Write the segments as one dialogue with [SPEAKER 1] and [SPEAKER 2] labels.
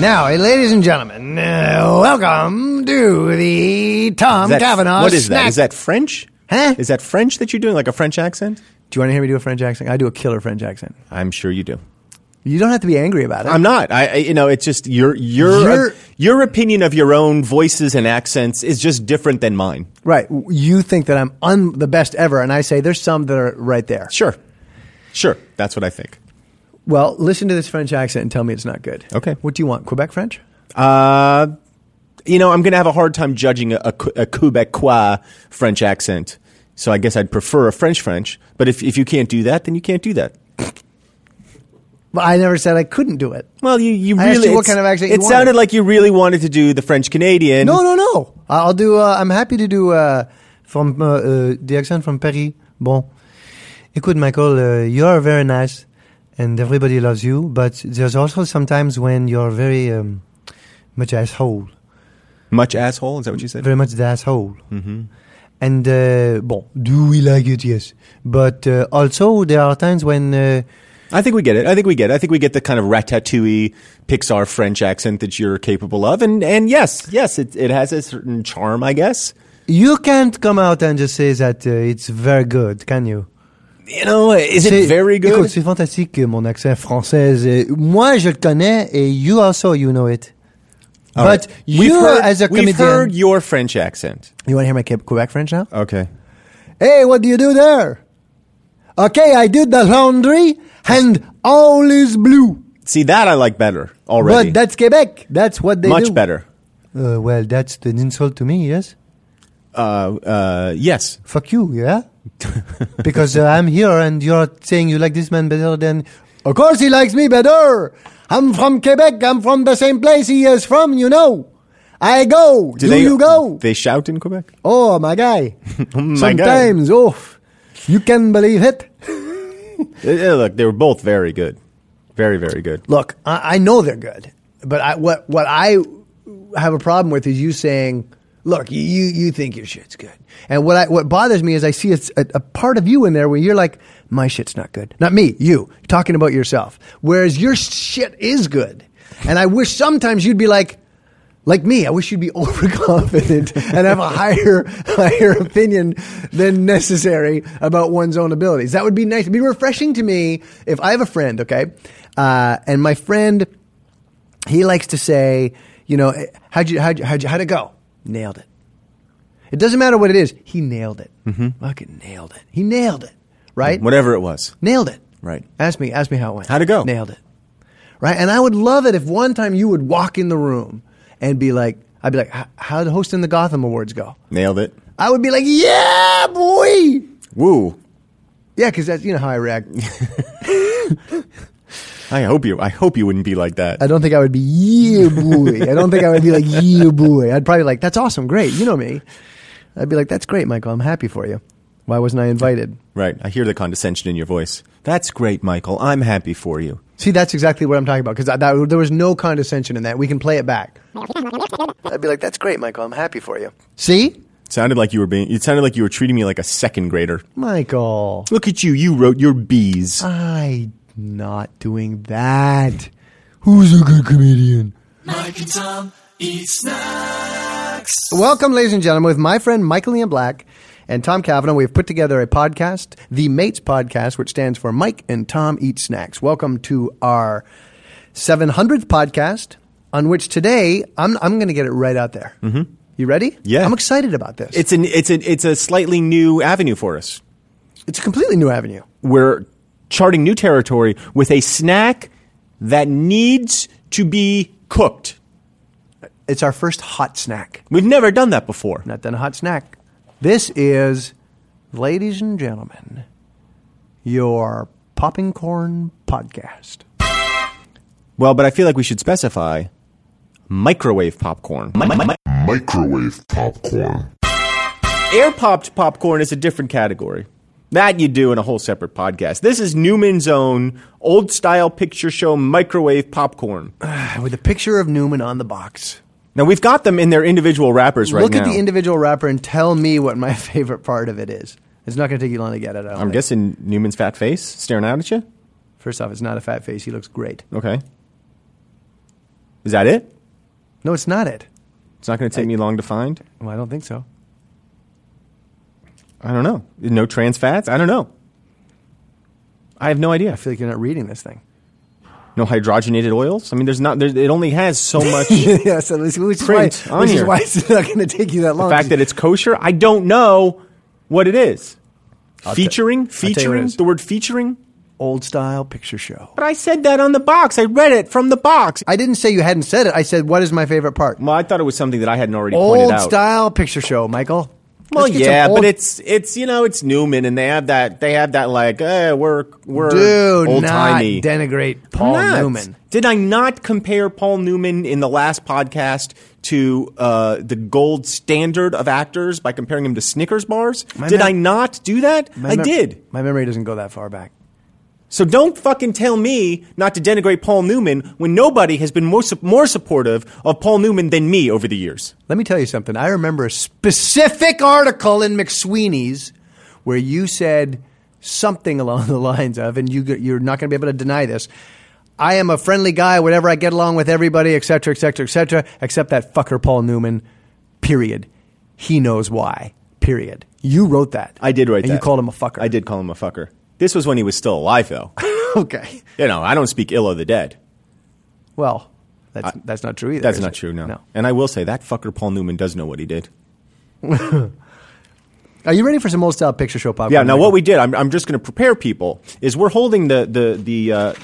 [SPEAKER 1] Now, eh, ladies and gentlemen, uh, welcome to the Tom
[SPEAKER 2] that-
[SPEAKER 1] Cavanaugh
[SPEAKER 2] What is
[SPEAKER 1] snack.
[SPEAKER 2] that? Is that French?
[SPEAKER 1] Huh?
[SPEAKER 2] Is that French that you're doing, like a French accent?
[SPEAKER 1] Do you want to hear me do a French accent? I do a killer French accent.
[SPEAKER 2] I'm sure you do.
[SPEAKER 1] You don't have to be angry about it.
[SPEAKER 2] I'm not. I, I you know, it's just your your uh,
[SPEAKER 1] You're-
[SPEAKER 2] your opinion of your own voices and accents is just different than mine.
[SPEAKER 1] right. You think that I'm un- the best ever, and I say there's some that are right there.
[SPEAKER 2] Sure, sure. That's what I think.
[SPEAKER 1] Well, listen to this French accent and tell me it's not good.
[SPEAKER 2] Okay.
[SPEAKER 1] What do you want? Quebec French?
[SPEAKER 2] Uh, you know, I'm going to have a hard time judging a, a, Q- a Quebecois French accent. So I guess I'd prefer a French French. But if if you can't do that, then you can't do that.
[SPEAKER 1] Well, I never said I couldn't do it.
[SPEAKER 2] Well, you you
[SPEAKER 1] I asked
[SPEAKER 2] really
[SPEAKER 1] you what
[SPEAKER 2] it's-
[SPEAKER 1] kind of accent
[SPEAKER 2] It
[SPEAKER 1] you wanted.
[SPEAKER 2] sounded like you really wanted to do the French Canadian.
[SPEAKER 1] No, no, no. I'll do. Uh, I'm happy to do uh, from uh, uh, the accent from Paris. Bon, écoute, Michael, uh, you are very nice, and everybody loves you. But there's also sometimes when you're very um, much asshole,
[SPEAKER 2] Much asshole? Is that what you said?
[SPEAKER 1] very much the asshole. Mm-hmm. And uh, bon, do we like it? Yes, but uh, also there are times when uh,
[SPEAKER 2] I think we get it. I think we get it. I think we get the kind of ratatouille Pixar French accent that you're capable of. And, and yes, yes, it, it has a certain charm, I guess.
[SPEAKER 1] you can't come out and just say that uh, it's very good, can you?
[SPEAKER 2] You know, is it
[SPEAKER 1] C'est-
[SPEAKER 2] very good?
[SPEAKER 1] Écoute, c'est fantastique mon accent français. Euh, Moi, je le connais et you also you know it.
[SPEAKER 2] All
[SPEAKER 1] but
[SPEAKER 2] right. We've
[SPEAKER 1] you
[SPEAKER 2] heard-
[SPEAKER 1] as a comedian,
[SPEAKER 2] We've heard your French accent.
[SPEAKER 1] you want to hear my Queb- Quebec French now?
[SPEAKER 2] Okay.
[SPEAKER 1] Hey, what do you do there? Okay, I did the laundry and all is blue.
[SPEAKER 2] See, that I like better already.
[SPEAKER 1] But that's Quebec. That's what they
[SPEAKER 2] Much
[SPEAKER 1] do.
[SPEAKER 2] better.
[SPEAKER 1] Uh, well, that's an insult to me, yes?
[SPEAKER 2] Uh, uh, yes.
[SPEAKER 1] Fuck you, yeah? because uh, I'm here and you're saying you like this man better than. Of course he likes me better! I'm from Quebec, I'm from the same place he is from, you know! I go,
[SPEAKER 2] Do
[SPEAKER 1] you,
[SPEAKER 2] they,
[SPEAKER 1] you go!
[SPEAKER 2] They shout in Quebec?
[SPEAKER 1] oh, my guy.
[SPEAKER 2] My God.
[SPEAKER 1] Sometimes, oh, you can believe it.
[SPEAKER 2] Uh, uh, Look, they were both very good. Very, very good.
[SPEAKER 1] Look, I, I know they're good, but I, what, what I have a problem with is you saying, look, you, you think your shit's good. And what, I, what bothers me is I see it's a, a part of you in there where you're like, my shit's not good. Not me, you, talking about yourself. Whereas your shit is good. And I wish sometimes you'd be like, like me, I wish you'd be overconfident and have a higher, higher opinion than necessary about one's own abilities. That would be nice. It'd be refreshing to me if I have a friend, okay, uh, and my friend, he likes to say, you know, how'd you, how'd you, how'd you, how'd it go? Nailed it. It doesn't matter what it is. He nailed it. Mm-hmm. Fucking nailed it. He nailed it. Right?
[SPEAKER 2] Whatever it was.
[SPEAKER 1] Nailed it.
[SPEAKER 2] Right.
[SPEAKER 1] Ask me. Ask me how it went.
[SPEAKER 2] How'd it go?
[SPEAKER 1] Nailed it. Right. And I would love it if one time you would walk in the room and be like, I'd be like, "H- how'd hosting the Gotham Awards go?
[SPEAKER 2] Nailed it.
[SPEAKER 1] I would be like, yeah, boy.
[SPEAKER 2] Woo.
[SPEAKER 1] Yeah, because that's you know how I react.
[SPEAKER 2] I hope you. I hope you wouldn't be like that.
[SPEAKER 1] I don't think I would be yeah boy. I don't think I would be like yeah boy. I'd probably like that's awesome, great. You know me. I'd be like that's great, Michael. I'm happy for you. Why wasn't I invited?
[SPEAKER 2] Right. I hear the condescension in your voice. That's great, Michael. I'm happy for you.
[SPEAKER 1] See, that's exactly what I'm talking about because that, there was no condescension in that. We can play it back. I'd be like, "That's great, Michael. I'm happy for you." See,
[SPEAKER 2] It sounded like you were being. It sounded like you were treating me like a second grader.
[SPEAKER 1] Michael,
[SPEAKER 2] Look at you. You wrote your B's.
[SPEAKER 1] Uh. I'm not doing that. Who's a good comedian?
[SPEAKER 3] Mike and Tom eat snacks.
[SPEAKER 1] Welcome, ladies and gentlemen, with my friend Michael Ian Black and Tom Cavanaugh. We've put together a podcast, the Mates Podcast, which stands for Mike and Tom Eat Snacks. Welcome to our 700th podcast, on which today I'm, I'm going to get it right out there. Mm-hmm. You ready?
[SPEAKER 2] Yeah.
[SPEAKER 1] I'm excited about this.
[SPEAKER 2] It's an. It's an. It's a slightly new avenue for us.
[SPEAKER 1] it's a completely new avenue.
[SPEAKER 2] We're charting new territory with a snack that needs to be cooked.
[SPEAKER 1] It's our first hot snack.
[SPEAKER 2] We've never done that before.
[SPEAKER 1] Not done a hot snack. This is, ladies and gentlemen, your Popping Corn Podcast.
[SPEAKER 2] Well, but I feel like we should specify microwave popcorn.
[SPEAKER 4] microwave popcorn.
[SPEAKER 2] Air popped popcorn is a different category. That you do in a whole separate podcast. This is Newman's own old style picture show microwave popcorn.
[SPEAKER 1] With a picture of Newman on the box.
[SPEAKER 2] Now we've got them in their individual wrappers right
[SPEAKER 1] Look
[SPEAKER 2] now.
[SPEAKER 1] at the individual wrapper and tell me what my favorite part of it is. It's not going to take you long to get it. I don't
[SPEAKER 2] I'm
[SPEAKER 1] think.
[SPEAKER 2] guessing Newman's fat face staring out at you.
[SPEAKER 1] First off, it's not a fat face. He looks great.
[SPEAKER 2] Okay. Is that it?
[SPEAKER 1] No, it's not it.
[SPEAKER 2] It's not going to take me long to find.
[SPEAKER 1] Well, I don't think so.
[SPEAKER 2] I don't know. No trans fats? I don't know. I have no idea.
[SPEAKER 1] I feel like you're not reading this thing.
[SPEAKER 2] No hydrogenated oils? I mean, there's not. There's, it only has so much. the
[SPEAKER 1] yeah, so this, which, is why,
[SPEAKER 2] Print on
[SPEAKER 1] which is
[SPEAKER 2] here.
[SPEAKER 1] why it's not going to take you that long.
[SPEAKER 2] fact that it's kosher. I don't know what it is. featuring,
[SPEAKER 1] tell you what it
[SPEAKER 2] featuring,
[SPEAKER 1] is.
[SPEAKER 2] the word featuring.
[SPEAKER 1] old style picture show.
[SPEAKER 2] But I said that on the box. I read it from the box.
[SPEAKER 1] I didn't say you hadn't said it. I said, what is my favorite part?
[SPEAKER 2] Well, I thought it was something that I hadn't already pointed
[SPEAKER 1] Old
[SPEAKER 2] out.
[SPEAKER 1] style picture show, Michael.
[SPEAKER 2] Well,
[SPEAKER 1] Let's get some
[SPEAKER 2] yeah,
[SPEAKER 1] old-
[SPEAKER 2] but it's it's you know it's Newman, and they have that they have that like eh, we're we're
[SPEAKER 1] do
[SPEAKER 2] old
[SPEAKER 1] not
[SPEAKER 2] timey.
[SPEAKER 1] denigrate Paul Newman.
[SPEAKER 2] Did I not compare Paul Newman in the last podcast to uh, the gold standard of actors by comparing him to Snickers bars?
[SPEAKER 1] My
[SPEAKER 2] did
[SPEAKER 1] mem-
[SPEAKER 2] I not do that?
[SPEAKER 1] My
[SPEAKER 2] I
[SPEAKER 1] mem-
[SPEAKER 2] did.
[SPEAKER 1] My memory doesn't go that far back.
[SPEAKER 2] So don't fucking tell me not to denigrate Paul Newman when nobody has been more, su- more supportive of Paul Newman than me over the years.
[SPEAKER 1] Let me tell you something. I remember a specific article in McSweeney's where you said something along the lines of, and you, go- you're not going to be able to deny this. I am a friendly guy. Whatever I get along with everybody, et cetera, et cetera, et cetera, except that fucker Paul Newman. Period. He knows why. Period. You wrote that.
[SPEAKER 2] I did write
[SPEAKER 1] and
[SPEAKER 2] that.
[SPEAKER 1] You called him a fucker.
[SPEAKER 2] I did call him a fucker. This was when he was still alive, though.
[SPEAKER 1] okay.
[SPEAKER 2] you know, I don't speak ill of the dead.
[SPEAKER 1] Well, that's that's not true either.
[SPEAKER 2] That's
[SPEAKER 1] is
[SPEAKER 2] not
[SPEAKER 1] it?
[SPEAKER 2] true, no. And I will say that fucker Paul Newman does know what he did.
[SPEAKER 1] Are you ready for some old style picture show popcorn?
[SPEAKER 2] Yeah. Now,
[SPEAKER 1] Michael?
[SPEAKER 2] what we did, I'm, I'm just going to prepare people. Is we're holding the the the uh,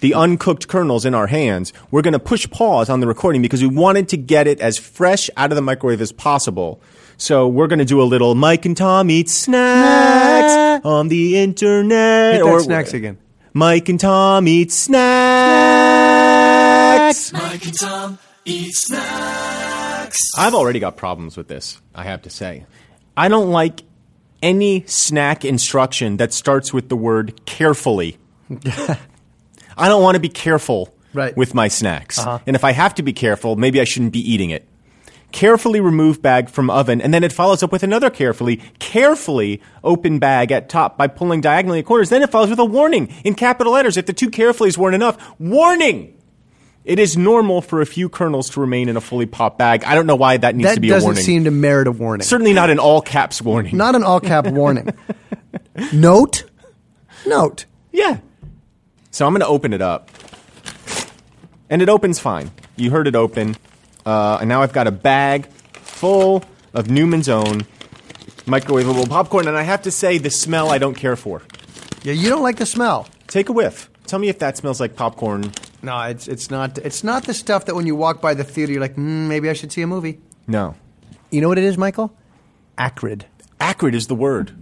[SPEAKER 2] the uncooked kernels in our hands. We're going to push pause on the recording because we wanted to get it as fresh out of the microwave as possible. So we're going to do a little Mike and Tom eat snacks on the internet.
[SPEAKER 1] Hit that snacks again.
[SPEAKER 2] Mike and Tom eat snacks.
[SPEAKER 3] Mike and Tom eat snacks.
[SPEAKER 2] I've already got problems with this, I have to say. I don't like any snack instruction that starts with the word carefully. I don't want to be careful
[SPEAKER 1] Right.
[SPEAKER 2] with my snacks. And if I have to be careful, maybe I shouldn't be eating it. Carefully remove bag from oven, and then it follows up with another carefully, carefully open bag at top by pulling diagonally at corners. Then it follows with a warning in capital letters. If the two carefully's weren't enough, warning! It is normal for a few kernels to remain in a fully popped bag. I don't know why that needs
[SPEAKER 1] that
[SPEAKER 2] to be a
[SPEAKER 1] doesn't
[SPEAKER 2] warning.
[SPEAKER 1] seem to merit a warning.
[SPEAKER 2] Certainly not an all caps warning.
[SPEAKER 1] not an all cap warning. Note, note.
[SPEAKER 2] yeah. So I'm going to open it up. And it opens fine. You heard it open. Uh, and now I've got a bag full of Newman's Own microwavable popcorn. And I have to say, the smell I don't care for.
[SPEAKER 1] Yeah, you don't like the smell.
[SPEAKER 2] Take a whiff. Tell me if that smells like popcorn.
[SPEAKER 1] No, it's it's not it's not the stuff that when you walk by the theater you're like, mm, maybe I should see a movie.
[SPEAKER 2] No.
[SPEAKER 1] You know what it is, Michael? Acrid.
[SPEAKER 2] Acrid is the word.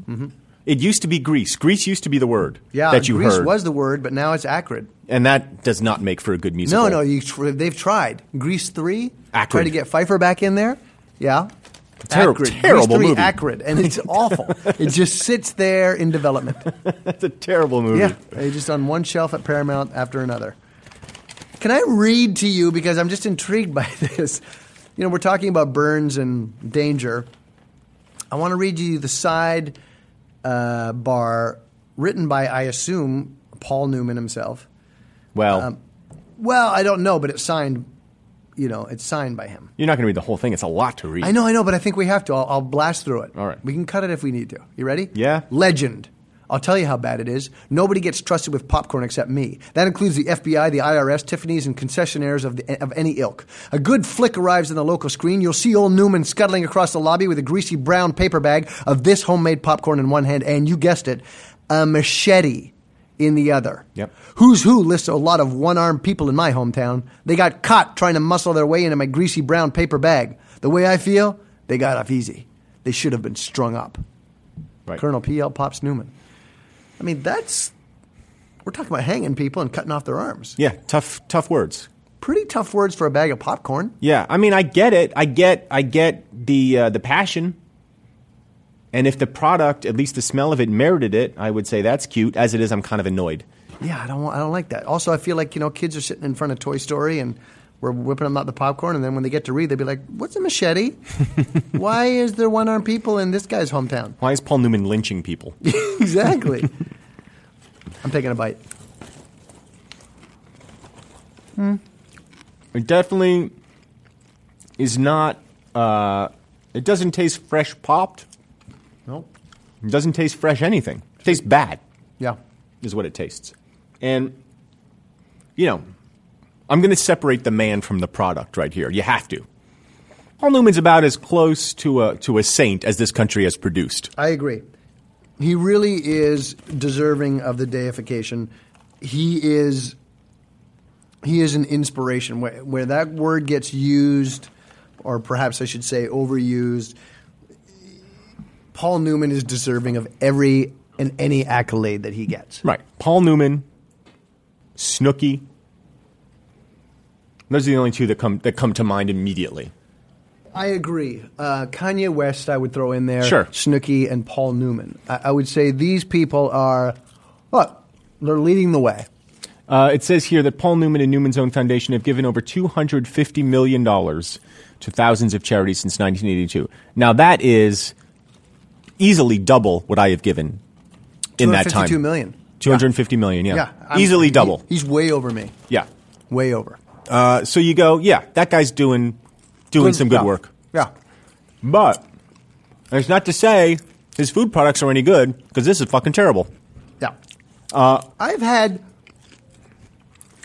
[SPEAKER 2] It used to be grease. Grease used to be the word
[SPEAKER 1] Mm-hmm. Yeah,
[SPEAKER 2] that you
[SPEAKER 1] grease
[SPEAKER 2] heard.
[SPEAKER 1] was the word, but now it's acrid.
[SPEAKER 2] and that does not make for a good musical.
[SPEAKER 1] No, no, you, tr- they've tried Grease three. Try
[SPEAKER 2] Acrid.
[SPEAKER 1] to get Pfeiffer back in there. Yeah.
[SPEAKER 2] Terri-
[SPEAKER 1] acrid.
[SPEAKER 2] terrible
[SPEAKER 1] Grease 3
[SPEAKER 2] movie.
[SPEAKER 1] Acrid, and it's awful. it just sits there in development.
[SPEAKER 2] That's a terrible movie.
[SPEAKER 1] Yeah, they just on one shelf at Paramount after another. Can I read to you because I'm just intrigued by this? You know, we're talking about burns and danger. I want to read you the side uh, bar written by, I assume, Paul Newman himself.
[SPEAKER 2] Well,
[SPEAKER 1] Um, Well, I don't know, but it's signed. You know, it's signed by him.
[SPEAKER 2] you're not going to read the whole thing. It's a lot to read.
[SPEAKER 1] I know, I know, but I think we have to. I'll, I'll blast through it.
[SPEAKER 2] All right.
[SPEAKER 1] We can cut it if we need to. You ready?
[SPEAKER 2] Yeah.
[SPEAKER 1] Legend. I'll tell you how bad it is. Nobody gets trusted with popcorn except me. That includes the FBI, the IRS, Tiffany's, and concessionaires of, the, of any ilk. A good flick arrives on the local screen. You'll see old Newman scuttling across the lobby with a greasy brown paper bag of this homemade popcorn in one hand, and you guessed it, a machete in the other.
[SPEAKER 2] Yep.
[SPEAKER 1] Who's Who lists a lot of one armed people in my hometown. They got caught trying to muscle their way into my greasy brown paper bag. The way I feel, they got off easy. They should have been strung up.
[SPEAKER 2] Right.
[SPEAKER 1] Colonel P.L. Pops Newman. I mean, that's. We're talking about hanging people and cutting off their arms.
[SPEAKER 2] Yeah, tough, tough words.
[SPEAKER 1] Pretty tough words for a bag of popcorn.
[SPEAKER 2] Yeah, I mean, I get it. I get, I get the uh, the passion. And if the product, at least the smell of it, merited it, I would say that's cute. As it is, I'm kind of annoyed.
[SPEAKER 1] Yeah, I don't, want, I don't like that. Also, I feel like, you know, kids are sitting in front of Toy Story and we're whipping them out the popcorn, and then when they get to read, they'd be like, what's a machete? Why is there one armed people in this guy's hometown?
[SPEAKER 2] Why is Paul Newman lynching people?
[SPEAKER 1] exactly. I'm taking a bite.
[SPEAKER 2] It definitely is not. Uh, it doesn't taste fresh popped.
[SPEAKER 1] Nope.
[SPEAKER 2] It doesn't taste fresh anything. It tastes bad,
[SPEAKER 1] Yeah.
[SPEAKER 2] is what it tastes. And, you know, I'm going to separate the man from the product right here. You have to. Paul Newman's about as close to a, to a saint as this country has produced.
[SPEAKER 1] I agree. He really is deserving of the deification. He is he is an inspiration where, where that word gets used or perhaps I should say overused. Paul Newman is deserving of every and any accolade that he gets.
[SPEAKER 2] Right. Paul Newman, Snooky. Those are the only two that come, that come to mind immediately.
[SPEAKER 1] I agree. Uh, Kanye West, I would throw in there.
[SPEAKER 2] Sure.
[SPEAKER 1] Snooki and Paul Newman. I, I would say these people are, look, they're leading the way.
[SPEAKER 2] Uh, it says here that Paul Newman and Newman's Own Foundation have given over $250 million to thousands of charities since 1982. Now, that is easily double what I have given in that time.
[SPEAKER 1] $252 million.
[SPEAKER 2] Two hundred fifty million, yeah.
[SPEAKER 1] Yeah, I'm-
[SPEAKER 2] easily
[SPEAKER 1] he-
[SPEAKER 2] double.
[SPEAKER 1] he's way over me.
[SPEAKER 2] yeah.
[SPEAKER 1] Way over.
[SPEAKER 2] Uh, so you go, yeah, that guy's doing, doing some good
[SPEAKER 1] yeah.
[SPEAKER 2] work.
[SPEAKER 1] Yeah.
[SPEAKER 2] But it's not to say his food products are any good because this is fucking terrible.
[SPEAKER 1] Yeah.
[SPEAKER 2] Uh,
[SPEAKER 1] I've had.